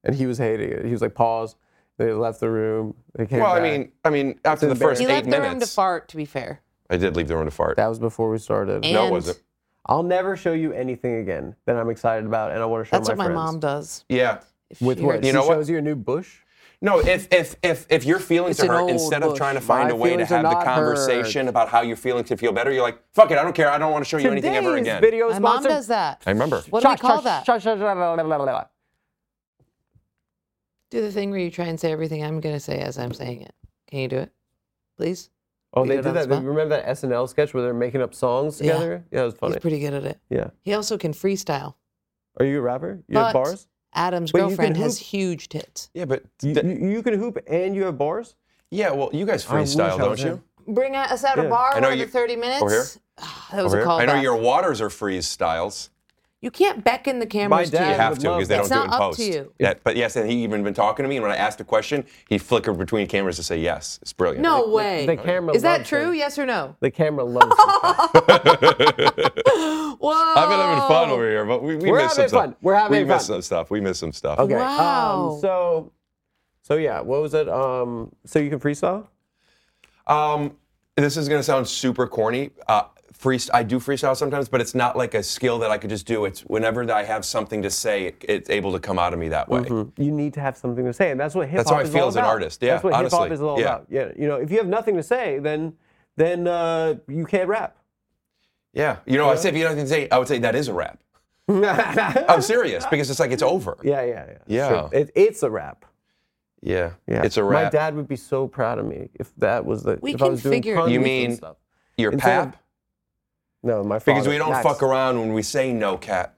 and he was hating it. He was like, "Pause." They left the room. They came Well, I back. mean, I mean, after the first He eight left the minutes, room to fart, to be fair. I did leave the room to fart. that was before we started. no, it And wasn't. I'll never show you anything again that I'm excited about, and I want to show That's my what my friends. mom does. Yeah. If With she what? heard- You she know what? shows you a new bush. No, if if if if your feelings It's are an hurt, old instead of bush. trying to find My a way to feelings are have the not conversation hurt. about how you're feeling to feel better, you're like, fuck it, I don't care, I don't want to show you anything ever Today's again. Video My mom sponsor- does that. I remember. What do we Shut, call shut, that? shut, shut, shut, blah, blah, blah, blah. Do the thing where you try and say everything I'm going to say as I'm saying it. Can you do it? Please? Oh, We they did it did on the that. They- spot. Remember that SNL sketch where they're making up songs Yeah. together? Yeah, it was funny. He's pretty good at it. yeah. He also can freestyle. Are you a rapper? You have But- bars? Adam's Wait, you can girlfriend has hoop. huge tits. Yeah, but You, th- you, you can hoop and you have bars? yeah, well, you guys I wish I freestyle, don't was you? him. Bring us out a Yeah. bar I know over you- the 30 minutes. Ah, over here? that was Over a here? call. I know your waters are freestyles. You can't beckon the My cameras to dad you. You have would to love because they that. don't It's do it not in up to post. you. Yeah, but yes, and he even been talking to me, and when I asked a question, he flickered between cameras to say yes. It's brilliant. No way. The camera Is that loves true? him. Yes or no? The camera loves him. Whoa. I've been having fun over here, but we, we We're missed some having stuff. fun. We're having we missed fun. some stuff. We missed some stuff. Okay. Wow. Um, so, so yeah, what was it? Um, so you can freestyle? Um, this is gonna sound super corny. Uh, freest- I do freestyle sometimes, but it's not like a skill that I could just do. It's whenever that I have something to say, it, it's able to come out of me that way. You need to have something to say, and that's what hip hop. That's how I is feel all as an about. artist, yeah, that's what hip hop honestly, is all yeah. about. Yeah, you know, if you have nothing to say, then then uh, you can't rap. Yeah, you know, I say if you don't have to say, I would say that is a rap. yeah, I'm serious because it's like it's over. yeah, yeah. Yeah. Sure. It, it's a rap. yeah, Yeah, it's a rap. My dad would be so proud of me if that was the. We if I can was doing figure- puns You and mean- stuff. Your Instead of- pap, No, my father. because we don't Max. fuck around when we say no cat,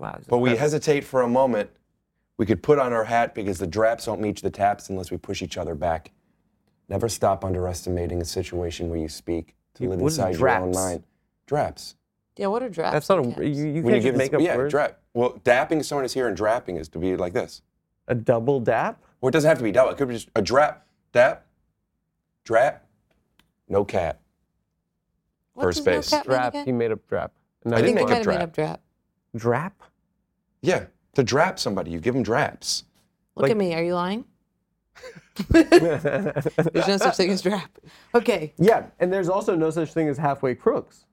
Wow, this is but we perfect. hesitate for a moment. We could put on our hat because the draps don't meet the taps unless we push each other back. Never stop underestimating a situation where you speak to You- live what is inside your own draps? mind. Draps. yeah, what are drafts? That's not and a. caps? You, you When can't just make up yeah, words. drap. Well, dapping someone is here, and drapping is to be like this. A double dap. Well, it doesn't have to be dap. It could be just a drap, dap, drap, no cat. What First does no base. cat mean Drap. again? He made up drap. No, I I didn't think I make might up have made drap. up drap. drap. Yeah, to drap somebody, you give them draps. Look Like- at me. Are you lying? There's no such thing as drap. Okay. Yeah, and there's also no such thing as halfway crooks.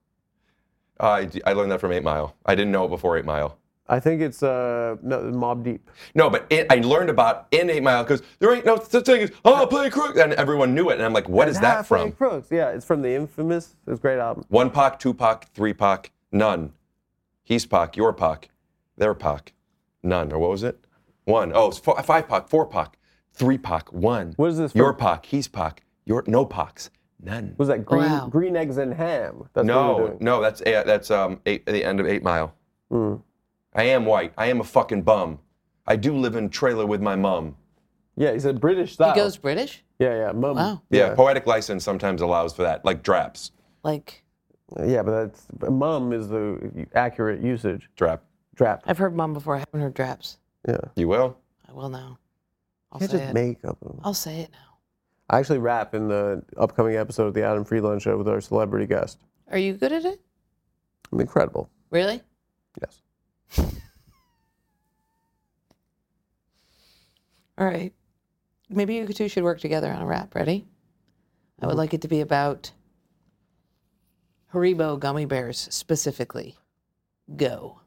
Uh, I, I learned that from Eight Mile. I didn't know it before Eight Mile. I think it's uh no, Mob Deep. No, but it, I learned about in Eight Mile because there ain't no such thing as oh play crook, and everyone knew it. And I'm like, what is that Halfway from? Crooks. Yeah, it's from the infamous. It's a great album. One Pac, two Pac, three Pac, none. He's Pac, your Pac, their Pac, none. Or what was it? One. Oh, it's four, five Pac, four Pac, three Pac, one. What is this Your from? Pac, he's Pac, your no Pacs, None. Was that green Wow. green eggs and ham? That's what we're no, doing. no, that's eh, that's um eight, the end of Eight Mile. Mm. I am white. I am a fucking bum. I do live in trailer with my mom. Yeah, he said British style. He goes British? yeah, yeah, mum. Wow. Yeah, poetic license sometimes allows for that, like draps. Like, Yeah, but that's but mum is the accurate usage. Drap. Drap. I've heard mom before. I haven't heard draps. Yeah. You will. I will now. I'll Can't say just it. make up. a- I'll say it now. I actually rap in the upcoming episode of the Adam Friedland Show with our celebrity guest. Are you good at it? I'm incredible. Really? Yes. All right. Maybe you two should work together on a rap. Ready? I Mm-hmm. would like it to be about Haribo gummy bears specifically. Go.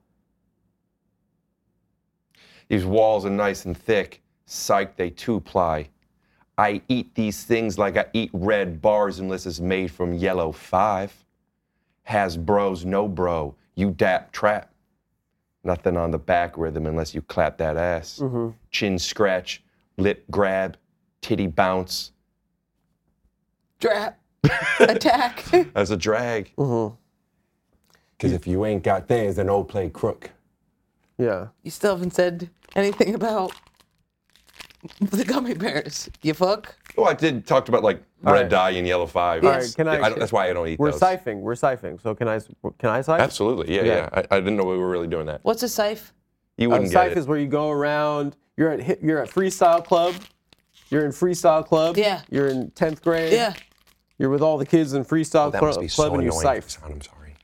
These walls are nice and thick. Psych, they two ply. I eat these things like I eat red bars unless it's made from yellow five. Has bros, no bro. You dap trap. Nothing on the back rhythm unless you clap that ass. Chin scratch, lip grab, titty bounce. Drap. Attack. As a drag. Because if you ain't got theirs, then old play crook. Yeah. you still haven't said anything about the gummy bears. You fuck. Well, I did talked about like All red right. dye and yellow five. All right, can I- don't- that's why I don't eat We're those. siphoning. We're siphoning. So can I? s- Can I siph? Absolutely, yeah, Yeah. yeah. I, I didn't know we were really doing that. What's a scythe? You Uh, wouldn't siph get it. is where you go around. You're at hit, you're at freestyle club. You're in freestyle club. Yeah. You're in tenth grade. Yeah. You're with all the kids in freestyle Oh, That cl- must be club, so and you annoying. siph. Sound, I'm sorry.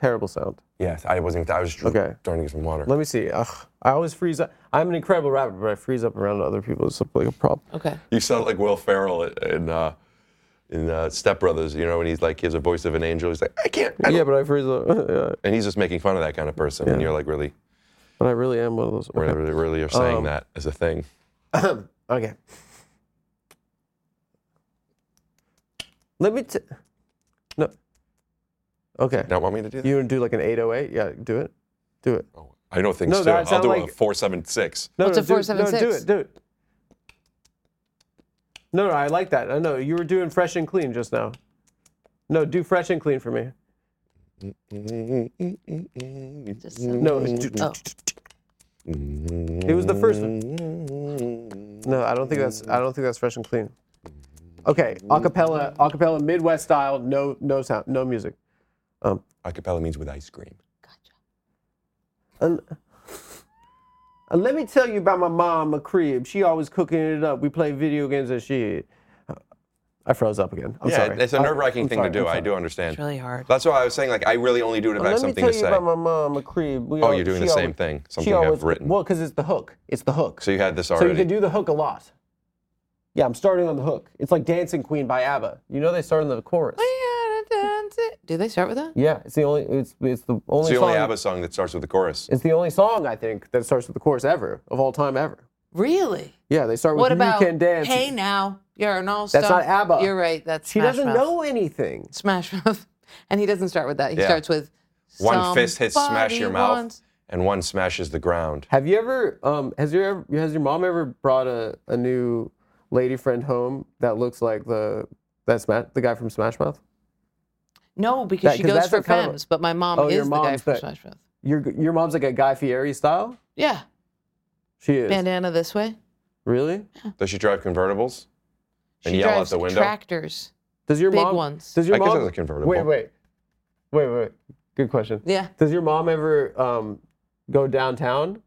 Terrible sound. Yes, I wasn't. I was just Okay. starting to get some water. Let me see. Ugh, I always freeze up. I'm an incredible rapper, but I freeze up around other people. It's like a problem. Okay. You sound like Will Ferrell in uh, in uh, Step Brothers. You know, when he's like, he has a voice of an angel. He's like, I can't. I Yeah, don't-" but I freeze up. yeah, And he's just making fun of that kind of person. And you're like, really, but I really am one of those. Okay. really, really are saying Um, that as a thing. Okay. Let me. T- no. Okay. Now want me to do that? You want to do like an 808? Yeah, do it. Do it. oh, I know things No, too. that I'll sound do a like- four seven six. No, What's no, a do it. No, do 476? it. Do it. No, no, I like that. I know you were doing fresh and clean just now. No, do fresh and clean for me. Mm-hmm. Just so- No, do- Oh. it was the first one. No, I don't think that's. I don't think that's fresh and clean. Okay, acapella, acapella, Midwest style, no, no sound, no music. Acapella means with ice cream. And, and let me tell you about my mom, a crib. She always cooking it up. We play video games and shit. I froze up again. I'm yeah, sorry. it's a I- nerve wracking I'm thing sorry, to do. I'm I sorry. do understand. It's really hard. That's why I was saying like I really only do it if I Let have me something tell to you say. about my mom, a crib. We Oh, al- you're doing she the same always- thing, she something I've always- written. Well, because it's the hook. It's the hook. So you had this So you already. can do the hook a lot. Yeah, I'm starting on the hook. It's like Dancing Queen by ABBA. You know they start on the chorus. We gotta dance it. Do they start with that? Yeah, it's the only. It's it's the it's only. the song, only ABBA song that starts with the chorus. It's the only song I think that starts with the chorus ever of all time ever. Really? Yeah, they start with What about "You Can Dance." Hey Now? You're an all star. That's not ABBA. You're right. That's she Smash doesn't Mouth. know anything. Smash Mouth. And he doesn't start with that. He Yeah. starts with One fist hits smash "Somebody your mouth, once." and one smashes the ground. Have you ever? Um, has your ever, has your mom ever brought a, a new lady friend home that looks like the that's Matt, the guy from Smash Mouth? No, because That- she 'cause goes that's for a kind of a- femmes, but my mom Oh, is your the guy mom's from that- Smash Mouth. Your your mom's like a Guy Fieri style. Yeah. She is Bandana this way. really. Does she drive convertibles and she yell drives out the window? tractors. Does your Big mom? ones. Does your I guess mom? it was a convertible. Wait, wait, wait, wait. Good question. Yeah. Does your mom ever um, go downtown,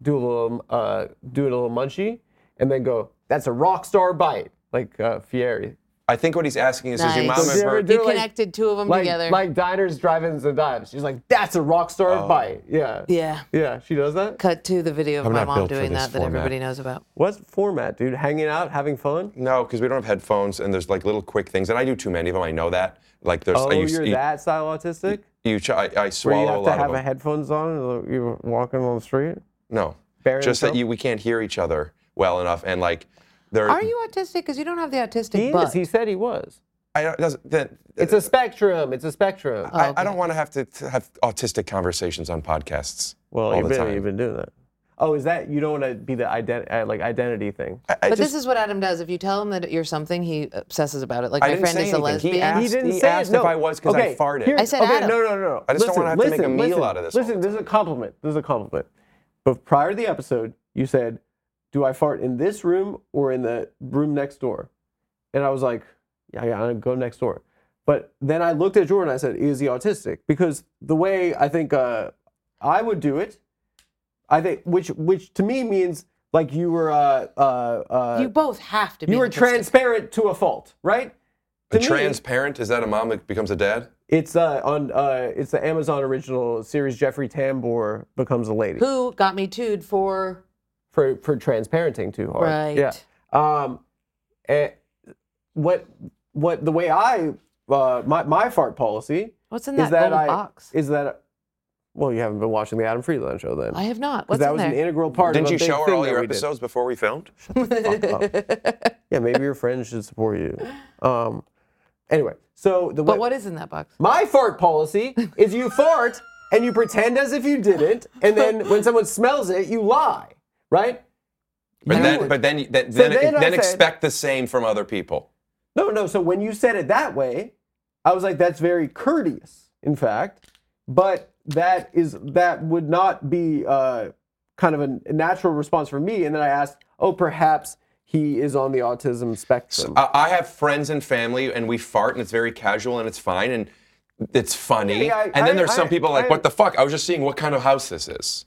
do a little, uh, do a little munchie, and then go? That's a rock star bite, like uh, Fieri. I think what he's asking is, is your Nice. mom Does she ever ever? do- They're You like- connected two of them Like, together. like diners, drive-ins, and dives. She's like, that's a rock star Oh. bite. Yeah. yeah. Yeah, she does that. Cut to the video of I'm my not mom built for doing this that that format. everybody knows about. What's format, dude? Hanging out, having fun. No, because we don't have headphones, and there's like little quick things, and I do too many of them. I know that. Like there's, Oh, I, you, you're you, that style autistic, you ch- I, I where swallow you a have to lot have of a them. headphones on. and You're walking on the street. no, Bare just himself? that you we can't hear each other well enough, and like there. Are you autistic? Because you don't have the autistic He butt. is. He said he was. I don't. Doesn't, that, It's a spectrum. It's a spectrum. I, I don't want to have to, to have autistic conversations on podcasts well, all you've the been time. you've been doing that. Oh, is that you don't want to be the ident- uh, like identity thing? I but just- this is what Adam does. If you tell him that you're something, he obsesses about it. Like I my didn't friend say is a anything. He lesbian. asked- he asked if I was 'cause I okay, farted. here- I said okay, Adam. No, no, no, no. I just don't Listen, wanna have to make a listen, meal listen, out of this all Listen, the this is a compliment. This is a compliment. But prior to the episode, you said, "Do I fart in this room or in the room next door?" And I was like, "Yeah, yeah, I go next door." But then I looked at Jordan. I said, "Is he autistic?" Because the way I think uh, I would do it, I think which which to me means like you were uh, uh, uh, you both have to be. you were autistic. transparent to a fault, right? a to me- transparent is that a mom that becomes a dad? It's uh, on uh, it's the Amazon original series Jeffrey Tambor becomes a lady Who got me tooed for? for for transparenting too hard. Right. Yeah. Um, and what what the way I uh, my my fart policy What's in that, is that golden I box? is that well you haven't been watching the Adam Friedland show then I have not. 'Cause What's that in was an there? integral part. Didn't of a you big show her thing all that your we did. episodes before we filmed? Yeah, maybe your friends should support you. Um, anyway, so the way, but what is in that box? My fart policy is you fart and you pretend as if you didn't, and then when someone smells it, you lie, right? But No. then, but then, then, So then, then I then said- expect the same from other people. No, no. So when you said it that way, I was like, that's very courteous, in fact, but that is that would not be uh, kind of a a natural response for me. And then I asked, oh, perhaps he is on the autism spectrum. I, I have friends and family, and we fart, and it's very casual, and it's fine, and it's funny. Yeah, I- and then I- there's some I- people like, I- "What the fuck? I was just seeing what kind of house this is."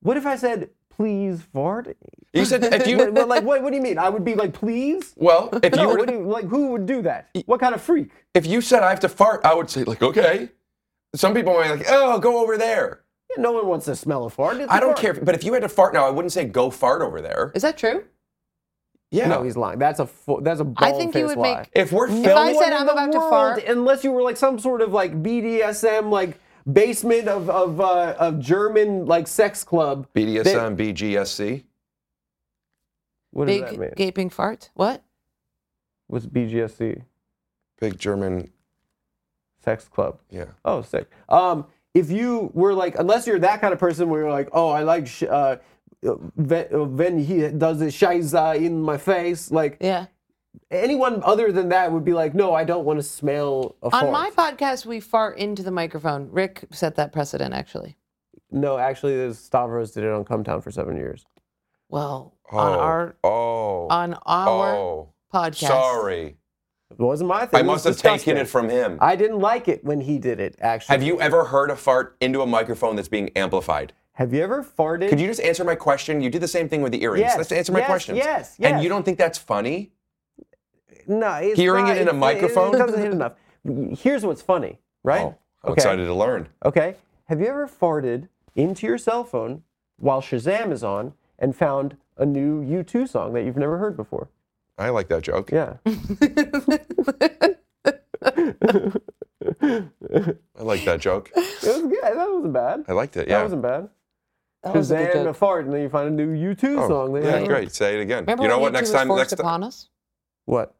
what if I said, please fart? You said if What- you what- like, what, what do you mean? I would be like, please? well, if you No, were what do you, like, who would do that? What kind of freak? if you said I have to fart, I would say like, "Okay." Some people might be like, "Oh, go over there." Yeah, no one wants to smell a fart. It's I a don't fart. care. if- But if you had to fart now, I wouldn't say go fart over there. Is that true? Yeah. No, he's lying. That's a fu- that's a bald I think you would lie. make- if we're If I filming, said No I'm one in about the to world, fart, unless you were like some sort of like BDSM like basement of of uh, of German like sex club. that- BDSM, BGSC. What does that mean? big gaping fart. What? What's BGSC Big German. E? sex club? Yeah. Oh, sick. Um, if you were like, unless you're that kind of person where you're like, oh, I like sh- uh, when, when he does the shiza in my face, like Yeah. anyone other than that would be like, no, I don't want to smell a fart. On my podcast, we fart into the microphone. Rick set that precedent, actually. No, actually, there's Stavros did it on Cometown for seven years. Well, on our oh. on our oh. podcast. Sorry. It wasn't my thing. I was must have disgusting. taken it from him. I didn't like it when he did it. Actually, Have you ever heard a fart into a microphone that's being amplified? Have you ever farted? Could you just answer my question? You did the same thing with the earrings. Yes, Let's answer my yes, questions. yes, And you yes. don't think that's funny? No, it's Hearing not- it in a it's- microphone? it doesn't hit enough. Here's what's funny, right? Oh, I'm excited to learn. Okay. Have you ever farted into your cell phone while Shazam is on and found a new U2 song that you've never heard before? I like that joke. Yeah. I like that joke. It was good. That wasn't bad. I liked it. That Yeah. wasn't bad. That was a good Shazam, a joke. fart, and then you find a new U2 song. that you Oh, yeah, haven't- great. Say it again. Remember you know when what? U2 Next was time, forced next time. upon us. What?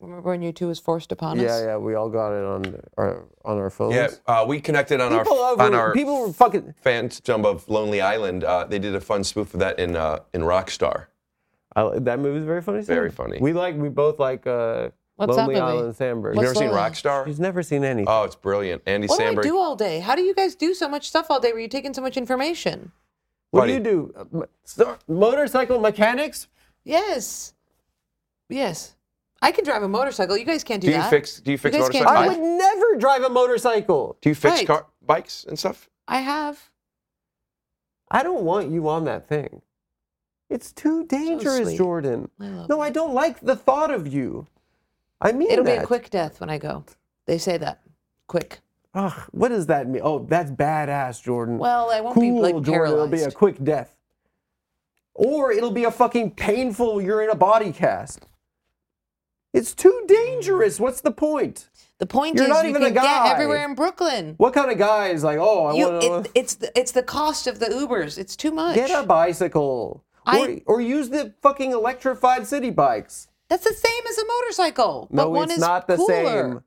Remember when you two was forced upon us? Yeah, yeah, we all got it on our on our phones. Yeah, uh, we connected on people our over, on our people were fucking. phantom of Lonely Island. Uh, they did a fun spoof of that in uh, in Rockstar. I, that movie's very funny. too. Very funny. We like we both like uh, What's that Lonely movie? Island Sandberg. You What's never seen Lonely? Rockstar? She's never seen anything. Oh, it's brilliant. Andy What Samberg. do I do all day? How do you guys do so much stuff all day? Were you taking so much information? what buddy. do you do? Uh, m- star- motorcycle mechanics? Yes. Yes. I can drive a motorcycle. You guys can't do, Do you that. fix- do you fix guys can't motorcycles? do I I- would that. never drive a motorcycle. Do you fix Right. car bikes and stuff? I have. I don't want you on that thing. It's too dangerous, sweet. Jordan. I love no, I don't like the thought of you. I mean It'll be that. a quick death when I go. They say that. Quick. Ugh, what does that mean? Oh, that's badass, Jordan. Well, I won't cool, be, like, Jordan. It'll be a paralyzed. quick death, or it'll be a fucking painful. You're in a body cast. It's too dangerous. What's the point? The point You're is, not you even a can guy. get everywhere in Brooklyn. What kind of guy is like? Oh, I You, want it, to it's the, it's the cost of the Ubers. It's too much. get a bicycle, I- or, or use the fucking electrified city bikes. That's the same as a motorcycle. No, but one it's is not the cooler. same.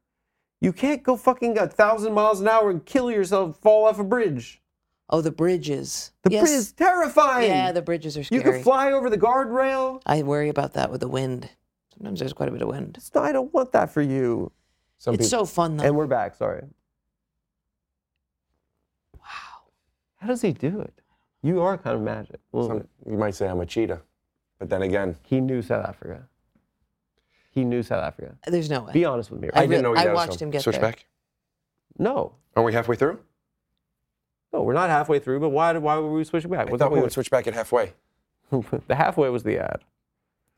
You can't go fucking a thousand miles an hour and kill yourself, fall off a bridge. Oh, the bridges. The Yes. bridge is terrifying. Yeah, the bridges are you scary. Uh, can fly over the guardrail. I worry about that with the wind. Sometimes there's quite a bit of wind. It's not- I don't want that for you. Some it's so fun though. And we're back. Sorry. Wow. How does he do it? You are kind of magic. a little some- bit. you might say I'm a cheetah, but then again, He knew South Africa. He knew South Africa. there's no way. Be honest with me. I Right? really- didn't know you I had a watched song. him get Switch there. back. No, Are we halfway through? no, we're not halfway through. But why? Why were we switching back? I What's thought the we would point? switch back at halfway. the halfway was the ad.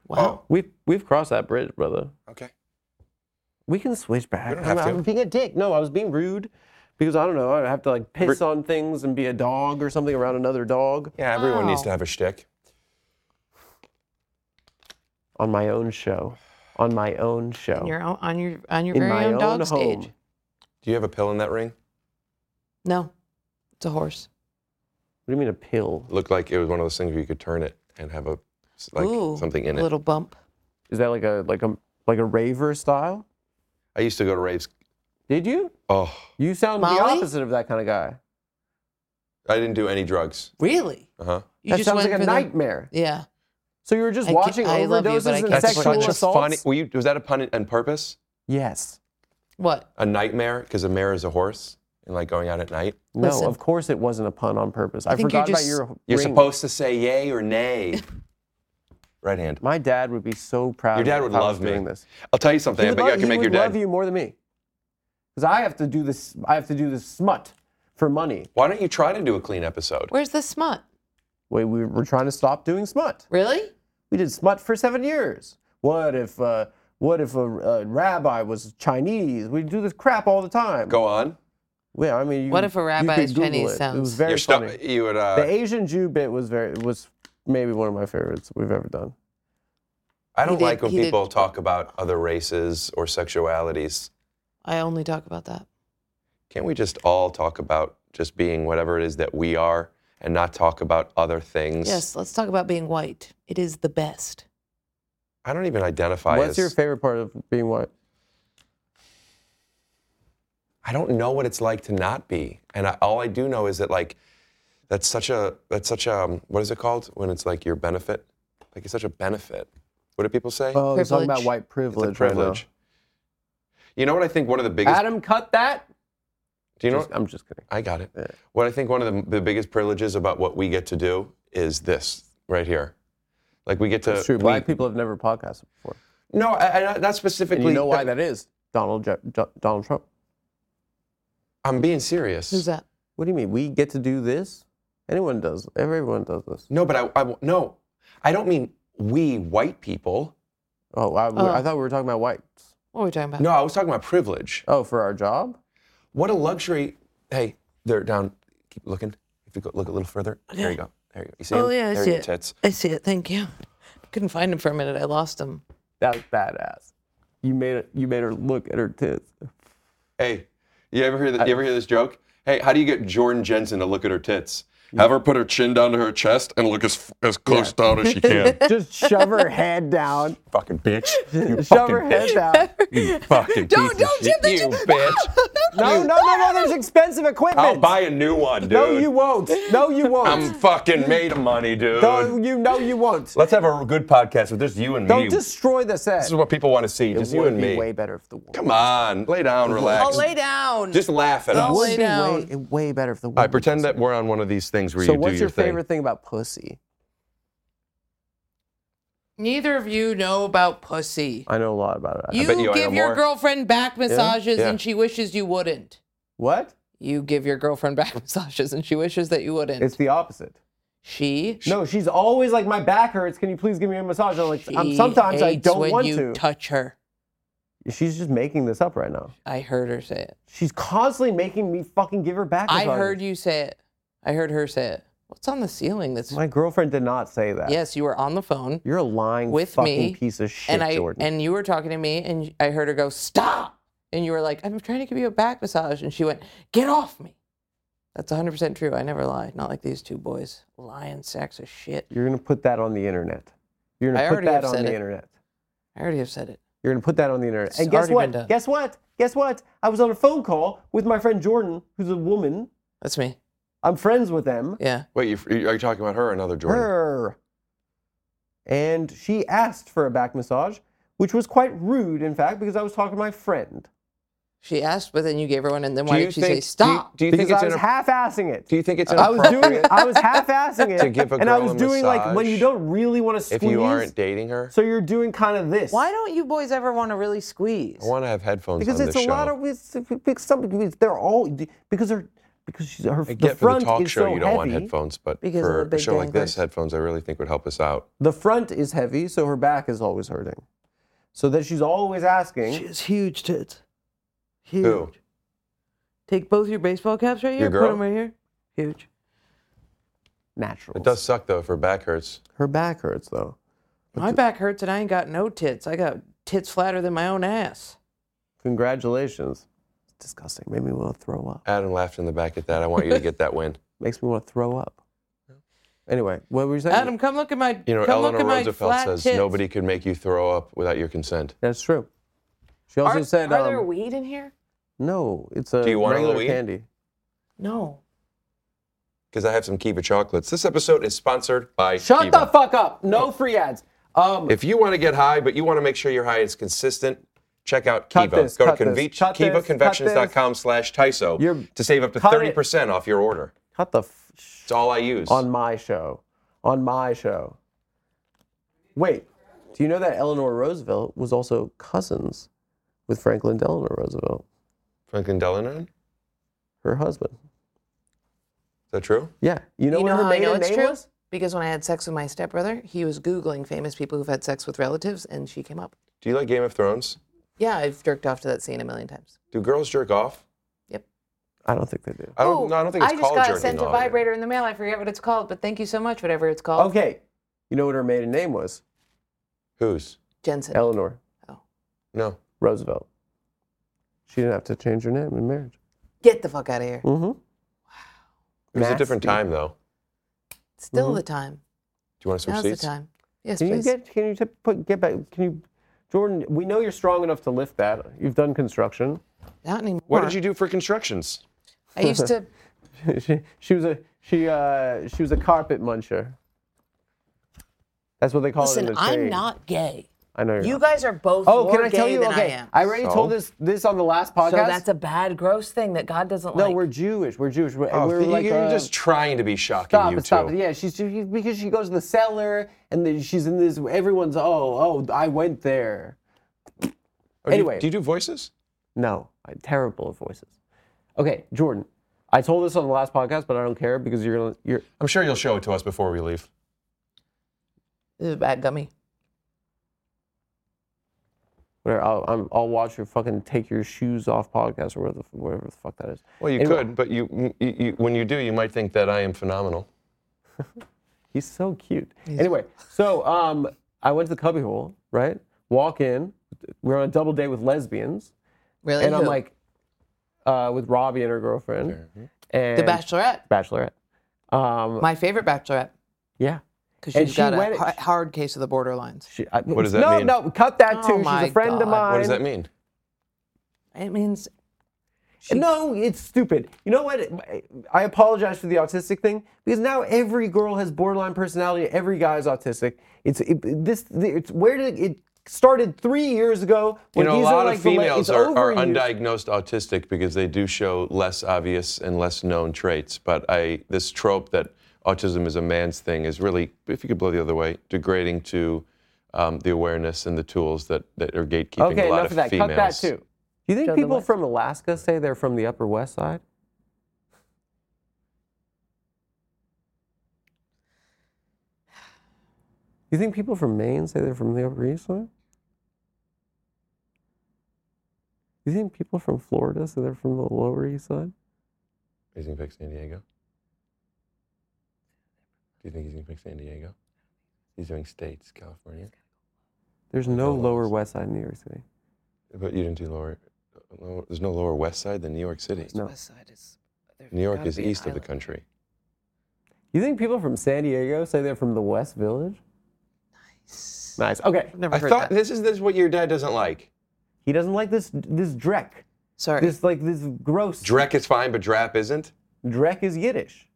Wow. We've we've crossed that bridge, brother. Oh, Okay. We can switch back. We don't I'm, have to. I'm being a dick. No, I was being rude because I don't know. I have to like piss Re- on things and be a dog or something around another dog Yeah, everyone needs Wow. to have a shtick. on my own show, on my own show, On your own, on your on your in very my own, own dog home. stage. Do you have a pill in that ring? No, it's a horse. What do you mean a pill? Looked like it was one of those things where you could turn it and have a s- like Ooh, something in a it. little bump. Is that like a like a like a raver style? I used to go to raves. Did you? Oh, You sound Molly? the opposite of that kind of guy. I didn't do any drugs. Really? Uh huh. You that just sounds went like a for the- nightmare. Yeah. So you were just I ca- watching I love you, but I overdoses and can't That's sexual such a assaults. funny. Were you, was that a pun on purpose? Yes. What? A nightmare? Because a mare is a horse, and like going out at night. No, Listen. of course it wasn't a pun on purpose. I, I think you're forgot about just- your You're ring. supposed to say yay or nay. right hand. My dad would be so proud. Your of dad me would if I was love me. Doing this. I'll tell you something. He I would think love, I he can make your would dad. love you more than me, because I have to do this. I have to do this smut for money. Why don't you try to do a clean episode? Where's the smut? We, we were trying to stop doing smut. Really? We did smut for seven years. What if? Uh, what if a, a rabbi was Chinese? We do this crap all the time. Go on. Yeah, I mean, you, What if a you rabbi could is Google Chinese It. It sounds- was very You're stu- funny. You would. Uh, The Asian Jew bit was very was maybe one of my favorites we've ever done. I don't did- like when he did- people talk about other races or sexualities. I only talk about that. Can't we just all talk about just being whatever it is that we are and not talk about other things? Yes, let's talk about being white. It is the best. I don't even identify What's as. your favorite part of being white? I don't know what it's like to not be, and I, all I do know is that like, that's such a that's such a um, what is it called when it's like your benefit, like it's such a benefit. What do people say? Oh, you're talking about Privilege. white it's a privilege. privilege. You know what I think? One of the biggest. Adam, cut that. do you know? Just- I'm just kidding. I got it. What I think one of the, the biggest privileges about what we get to do is this right here. Like we get to. It's true. we- Black people have never podcasted before. No, I, I, not And specifically. you know why that is? Donald Je- Jo- Donald Trump. I'm being serious. Who's that? What do you mean? We get to do this? Anyone does. Everyone does this. No, but I, I no, I don't mean we white people. Oh, I, Oh. I thought we were talking about whites. What are we talking about? No, I was talking about privilege. Oh, for our job? What a luxury. Hey, they're down. Keep looking. If you go, look a little further, there you go. There you go. You see Oh, him? yeah, I there see you go, it. Tits. I see it. Thank you. Couldn't find him for a minute. I lost him. That was badass. You made it, you made her look at her tits. Hey, you ever hear that? You ever hear this joke? Hey, how do you get Jordan Jensen to look at her tits? Have her put her chin down to her chest and look as as close down as she can. Just shove her head down. fucking bitch. You Shove fucking her head bitch. down. You fucking Don't- piece don't of shit. dip the You chip- bitch. No, no, no, no. There's expensive equipment. I'll buy a new one, dude. No, you won't. No, you won't. I'm fucking made of money, dude. no, you no, you won't. Let's have a good podcast with just you and Don't me. destroy the set. this is what people want to see, just it you would and be me. way better if the world. Come on, lay down, relax. Oh, lay down. Just laugh at Don't us. lay would be down. way, way better if the world. All right, pretend that we're on one of these things where So you do what's your, your thing. favorite thing about pussy? Neither of you know about pussy. I know a lot about it. I- You, bet you I give know your more. girlfriend back massages Yeah. and she wishes you wouldn't. what? You give your girlfriend back massages and she wishes that you wouldn't. It's the opposite. she No, she's always like, my back hurts. Can you please give me a massage? I'm like, I'm, she sometimes I hates don't when want you to. touch her. she's just making this up right now. I heard her say it. She's constantly making me fucking give her back. I massages. heard you say it. I heard her say it. What's on the ceiling? That's My girlfriend did not say that. yes. You were on the phone You're a lying with fucking me, piece of shit, and I Jordan. and you were talking to me, and I heard her go stop, and you were like, "I'm trying to give you a back massage," and she went, "Get off me." That's 100% true. I never lie. Not like these two boys, lying sacks of shit. You're gonna put that on the internet. You're I gonna put already that have on said the it. internet. I already have said it. You're gonna put that on the internet. It's and guess already been done. what? Guess what? Guess what? I was on a phone call with my friend Jordan, who's a woman, That's me. I'm friends with them. Yeah. Wait, you, are you talking about her or another Jordan? Her. And she asked for a back massage, which was quite rude, in fact, because I was talking to my friend. She asked, but then you gave her one, and then why did she say stop? Do you, because think it's I was inappropri- half-assing it. do you think it's I was inappropriate? doing I was half-assing it. To give a and I girl was a doing like when massage you don't really want to if squeeze. you aren't dating her? so you're doing kind of this. why don't you boys ever want to really squeeze? I want to have headphones Because on it's a this show. lot of it's, because some because they're all because they're because she's her I the get for front the talk is show so you don't want heavy. headphones, but Because of for the big a show like dang this, thing. headphones I really think would help us out. The front is heavy, so her back is always hurting. So that she's always asking. She has huge tits. Huge. Who? Take both your baseball caps right Your here. Put girl? them right here. Huge. natural. It does suck though for back hurts. Her back hurts though. My back hurts, and I ain't got no tits. I got tits flatter than my own ass. Congratulations. It's disgusting. Made me want to throw up. Adam laughed in the back at that. I want you to get that win. Makes me want to throw up. Anyway, what were you saying? Adam, come look at my. You know, come look Eleanor at my Roosevelt flat says tits. nobody could make you throw up without your consent. That's true. She also are, said, are um, there weed in here? "No, it's a Do you want a regular little weed? candy." No. Because I have some Kiva chocolates. This episode is sponsored by Shut Kiva. the fuck up! No free ads. Um, If you want to get high, but you want to make sure your high is consistent, check out Cut Kiva. this, Go to cut this, conve- cut this, cut KivaConventions.com slash You're- Tyso to save up to cut it. 30% off your order. cut the f- sh- It's all I use. on my show. On my show. Wait, do you know that Eleanor Roosevelt was also cousins with Franklin Delano Roosevelt, Franklin Delano? Is her husband? that true? Yeah, you know You what know her how I maiden know it's name true? was? Because when I had sex with my stepbrother, he was Googling famous people who've had sex with relatives, and she came up. Do you like Game of Thrones? Yeah, I've jerked off to that scene a million times. Do girls jerk off? I don't think they do. I don't, Oh, no, I don't think it's I just called got jerking sent a off. vibrator in the mail. I forget what it's called, but thank you so much, whatever it's called. Okay, you know what her maiden name was? Whose? Jensen. Eleanor No. Roosevelt. She didn't have to change her name in marriage. Get the fuck out of here. Mm-hmm. Wow. It was a different time, though. Still the time. Do you want to switch Now's seats? the time. Yes, Mm-hmm. Can you please. get? Can you t- put, get back? Can you, Jordan? We know you're strong enough to lift that. You've done construction. Not anymore. What did you do for constructions? I used to. she, she was a she uh, she was a carpet muncher. That's what they call it in Listen, the I'm trade. not gay. I know you're You not. guys are both Oh, more can I tell gay you? than Okay, I am. already So? told this this on the last podcast. so that's a bad, gross thing that God doesn't no. like. We're Jewish. We're Jewish. We're, Oh, we're you- like you're uh, just trying to be shocking, Stop you it, stop two. it. Yeah, she's she, because she goes to the cellar and then she's in this. Everyone's oh oh I went there. Oh, do you- Anyway. do you do voices? No, I, terrible at voices. Okay, Jordan, I told this on the last podcast, but I don't care because you're gonna you're I'm sure you'll show it to us before we leave. This is a bad gummy. whatever. I'll I'm, I'll watch your fucking take your shoes off podcast or whatever the, whatever the fuck that is. Well, you Anyway, could, but you, you, you when you do, you might think that I am phenomenal. He's so cute. Anyway, so um, I went to the cubbyhole, right? Walk in. We're on a double date with lesbians, Really? and I'm Who? like, uh, with Robbie and her girlfriend, and The Bachelorette. Bachelorette. Um, My favorite Bachelorette. yeah. Because And she's she got went- a ha- hard case of the borderlines. She, I, What does that no, mean? No, cut that Oh too. She's my a friend of God. mine. What does that mean? It means No, it's stupid. You know what? I apologize for the autistic thing because now every girl has borderline personality. Every guy is autistic. It's it, this. It's where did it started three years ago. You when know, a these lot like of the la- females it's are, are overused. undiagnosed autistic because they do show less obvious and less known traits. But I, this trope that autism is a man's thing is really, if you could blow the other way, degrading to um, the awareness and the tools that, that are gatekeeping Okay, a lot enough of of that. females. Cut that too. Do you think Show the people West. from Alaska say they're from the Upper West Side? You think people from Maine say they're from the Upper East Side? You think people from Florida say they're from the Lower East Side? He's gonna pick San Diego. Do you think he's gonna pick San Diego? He's doing states, California. There's no No, Lower it's- West Side in New York City. But you didn't do lower, lower. There's no Lower West Side than New York City. No. West side is. there's New York gotta is be an east of the island. country. You think people from San Diego say they're from the West Village? Nice. Nice. Okay. I've never I heard thought that. this is this is what your dad doesn't like. He doesn't like this this dreck. Sorry. This like this gross Drek is fine, but Drap isn't. Drek is Yiddish.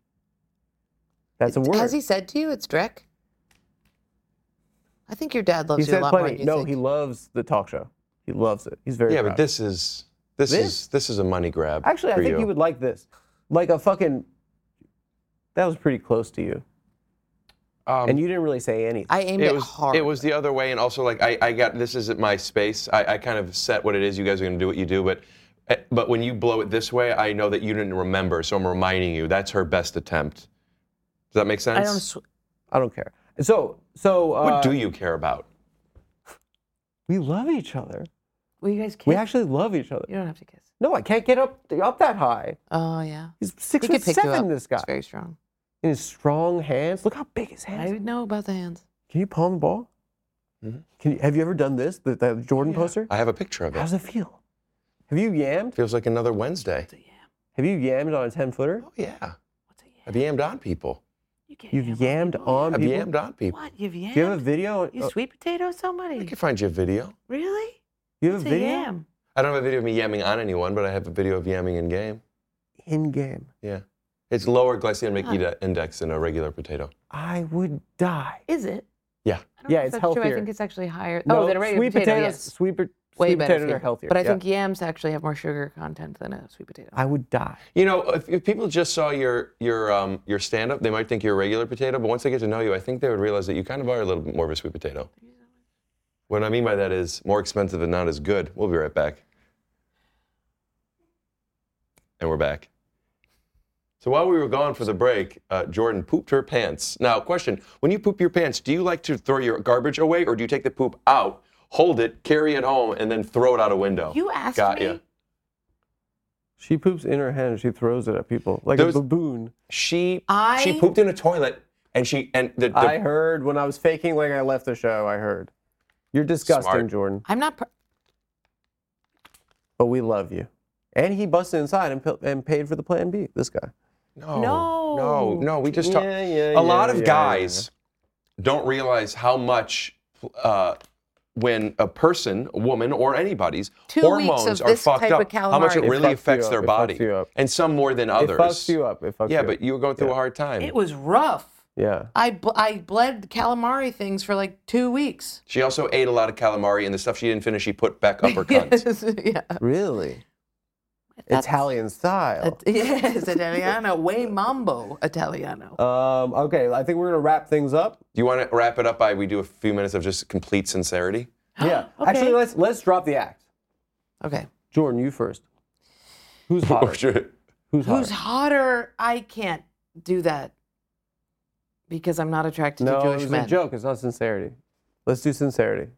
That's a word. Has he said to you it's Drek? I think your dad He loves you a said lot more than plenty. you No, think. he loves the talk show. He loves it. He's very Yeah, proud. but this is this, This? is this is a money grab. Actually, I for think you. he would like this. Like a fucking. That was pretty close to you, Um, and you didn't really say anything. I aimed it it, was hard. it was the other way, and also like I, I got this isn't my space. I, I kind of set what it is. You guys are gonna do what you do, but eh, but when you blow it this way, I know that you didn't remember, so I'm reminding you. That's her best attempt. Does that make sense? I don't. Sw- I don't care. So, so uh, what do you care about? we love each other. Will you guys kiss? We actually love each other. you don't have to kiss. No, I can't get up up that high. oh yeah. He's six he foot could pick you seven. up. This guy It's very strong. in his strong hands. Look how big his I hands. are. would know about the hands. Can you palm the ball? Can you, have you ever done this? The, the Jordan poster. Mm-hmm. I have a picture of How it. does it feel? Have you yammed? Feels like another Wednesday. Have you yammed on a ten footer? Oh yeah. I've yammed on people. You've yammed on I've people. yammed on people. What? You've yammed? Do you have a video? You uh, sweet potato I somebody? can find you a video. Really? you have It's a a video yam. I don't have a video of me yamming on anyone, but I have a video of yamming in game. in game. Yeah. It's lower glycemic ide- index than a regular potato. I would die. Is it? Yeah. I don't Yeah, know if it's that's True. healthier. I think it's actually higher. No, oh, than a regular sweet potato. potatoes. Yes. Sweet, po- Way sweet better for potatoes are you. healthier. But I yeah. think yams actually have more sugar content than a sweet potato. I would die. You know, if, if people just saw your your um, your stand up, they might think you're a regular potato, but once they get to know you, I think they would realize that you kind of are a little bit more of a sweet potato. What I mean by that is more expensive and not as good. We'll be right back. And we're back. So while we were gone for the break, uh, Jordan pooped her pants. Now, question: When you poop your pants, do you like to throw your garbage away, or do you take the poop out, hold it, carry it home, and then throw it out a window? You asked Got me. ya. She poops in her hand and she throws it at people like There's- a baboon. She I- she pooped in a toilet, and she and the, the I heard when I was faking like I left the show. I heard. You're disgusting, Smart. Jordan, I'm not. Pr- but we love you. And he busted inside and, pil- and paid for the plan B. This guy. No. No, no, we just Yeah, talk. yeah, a yeah, lot of yeah, guys don't realize how much uh, when a person, a woman, or anybody's Two weeks hormones of are this fucked type up, of how much it calamari. It really fucks you affects up, their it fucks body, you up. and some more than others. It fucks you up. It fucks yeah, you up. but you were going through a hard time. It was rough. Yeah. I bl- I bled calamari things for like two weeks. she also ate a lot of calamari, and the stuff she didn't finish, she put back up her cunt. yeah. Really? That's- Italian style. It- yes, Italiano, way mambo Italiano. um, okay, I think we're gonna wrap things up. Do you want to wrap it up by we do a few minutes of just complete sincerity? Yeah. Actually, let's let's drop the act. Okay. Jordan, you first. Who's hotter? Who's hotter? Who's hotter? I can't do that because I'm not attracted no, to it Jewish was men. a joke. It's not sincerity. Let's do sincerity.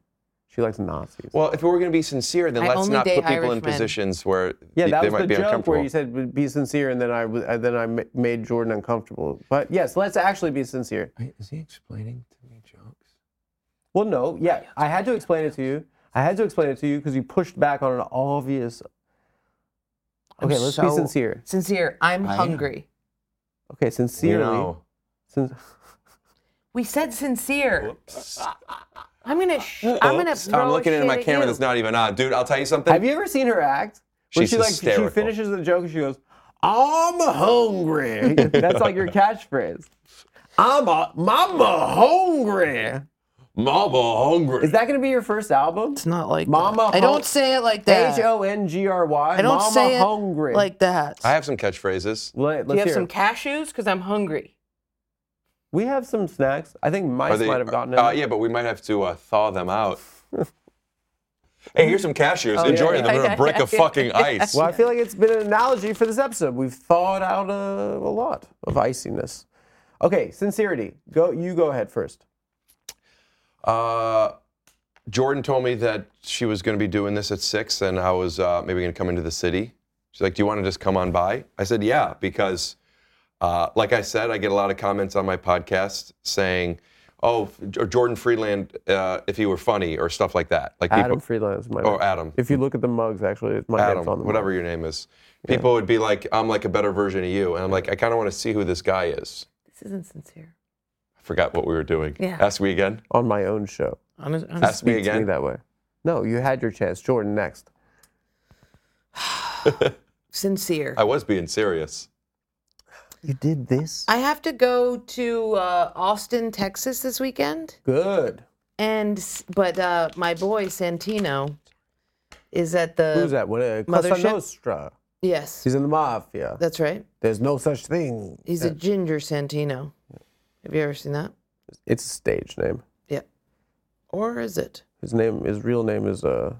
She likes Nazis. Well, if we're going to be sincere, then I let's only not put date people in Irish men. positions where yeah, th- that they was might the be joke uncomfortable. where you said "Be- be sincere, and then I w- and then I ma- made Jordan uncomfortable. But yes, let's actually be sincere. is he explaining to me jokes? Well, no, yeah, I had to explain it to you. I had to explain it to you because you pushed back on an obvious. I'm Okay, let's be so sincere. Sincere. I'm hungry. Okay, sincerely. Since, We said sincere. I'm gonna. Sh- I'm gonna. Throw I'm looking a shit into my at camera you. that's not even on. Dude, I'll tell you something. have you ever seen her act? She's she like hysterical. she finishes the joke and she goes, "I'm hungry." That's like your catchphrase. I'm a mama hungry. Mama hungry. Is that gonna be your first album? It's not like Mama That. I hung- don't say it like that. H O N G R Y. I don't mama say it hungry. like that. I have some catchphrases. Let, Do you let's have hear. some it. cashews? Because I'm hungry. we have some snacks. I think mice might have gotten it. uh, yeah, but we might have to uh, thaw them out. hey, here's some Oh, cashews. yeah, Enjoy yeah. them. They're a brick of fucking ice. Well, I feel like it's been an analogy for this episode. We've thawed out a, a lot of iciness. Okay, sincerity. Go. You go ahead first. Uh, Jordan told me that she was going to be doing this at six, and I was uh, maybe going to come into the city. She's like, "Do you want to just come on by?" I said, "Yeah," because, uh, like I said, I get a lot of comments on my podcast saying, "Oh, J- Jordan Freeland, uh, if he were funny or stuff like that." Like Adam people, Freeland is my Oh, name. Adam. If you look at the mugs, actually, my Adam, name's on the whatever mug. your name is, people would be like, "I'm like a better version of you," and I'm like, "I kind of want to see who this guy is." This isn't sincere. I forgot what we were doing. Yeah. Ask me again. on my own show. Honest, Ask me Speak to me again. that way. No, you had your chance. Jordan, next. sincere. I was being serious. You did this? I have to go to uh, Austin, Texas this weekend, Good. and s- but uh, my boy Santino is at the Who's that? What? Uh, Cosa Mothership? Nostra. Yes, He's in the mafia. that's right. There's no such thing. He's a ginger Santino. Have you ever seen that? It's a stage name. Yeah. Or is it? His name, his real name is uh.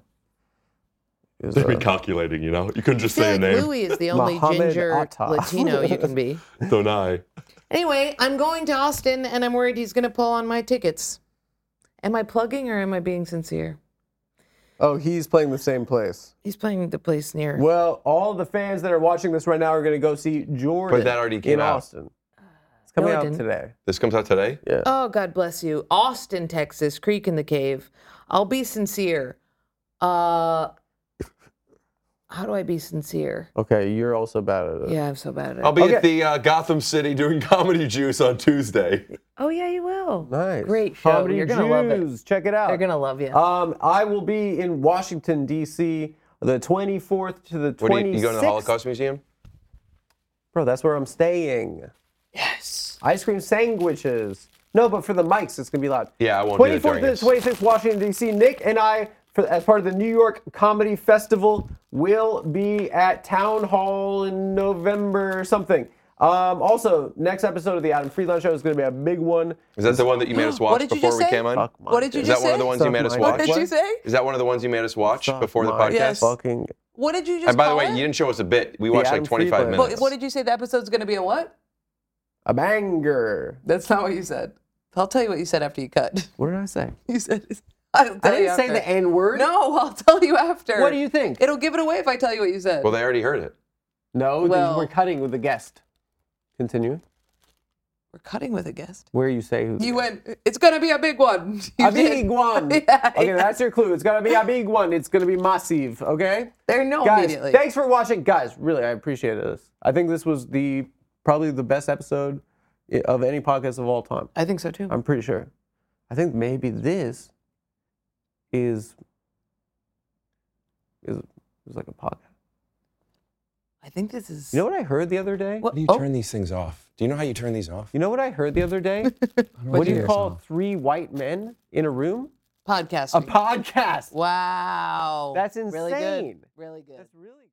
Is, They've been uh, calculating, you know. You couldn't just I feel say a like name. Louis is the only Mohammed ginger Atta. Latino you can be. Don't I? Anyway, I'm going to Austin, and I'm worried he's going to pull on my tickets. Am I plugging or am I being sincere? oh, he's playing the same place. He's playing the place near. Well, all the fans that are watching this right now are going to go see Jordan. that already in came out. Austin. It's coming it out didn't. today. This comes out today. Oh, God bless you. Austin, Texas, Creek in the Cave. I'll be sincere. Uh, how do I be sincere? Okay, you're also bad at it. Yeah, I'm so bad at Uh, I'll it. be at the uh, Gotham City doing comedy juice on Tuesday. Oh, yeah, you will. Nice. Great show. Comedy You're gonna love it. Jews. Check it out. They're going to love you. Um, I will be in Washington D.C. the 24th to the 26th. What do you, you go to the Holocaust Museum? Bro, that's where I'm staying. Yes. Ice cream sandwiches. No, but for the mics, it's gonna be loud. Yeah, I won't do that 24th during to the this. 26th, Washington D.C. Nick and I, for, as part of the New York Comedy Festival, will be at Town Hall in November or something. Um, also, next episode of the Adam Friedland Show is gonna be a big one. Is that the one that you made us What watch did you before just we say? came on? Fuck my What did you Is dick. that just one of the say? ones you made us Suck my watch? dick. What did you say? Is that one of the ones you made us watch Suck before the my podcast? Yes. Fucking What did you just And by the call way, it? you didn't show us a bit. We watched Adam like 25 Friedland. what, minutes. what did you say the episode's going to be a what? a banger. That's not what you said. I'll tell you what you said after you cut. What did I say? You said I'll I tell you didn't say after. the N word. No, I'll tell you after. What do you think? It'll give it away if I tell you what you said. well, they already heard it. No, th- Well- we're cutting with the guest. Continue. We're cutting with a guest. Where you say who? You went. It's gonna be a big one. You a did. big one. Yeah, okay, yeah. that's your clue. It's gonna be a big one. It's gonna be massive. Okay. They're no Guys, Oh, immediately. thanks for watching. Guys, really, I appreciate this. I think this was the probably the best episode i- of any podcast of all time. I think so too. I'm pretty sure. I think maybe this is is, is like a podcast. I think this is. You know what I heard the other day? What- How do you oh, turn these things off? Do you know how you turn these off? You know what I heard the other day? what do you call three white men in a room? Oh, podcast. A podcast. wow. That's Really good. insane. Really good. That's really good.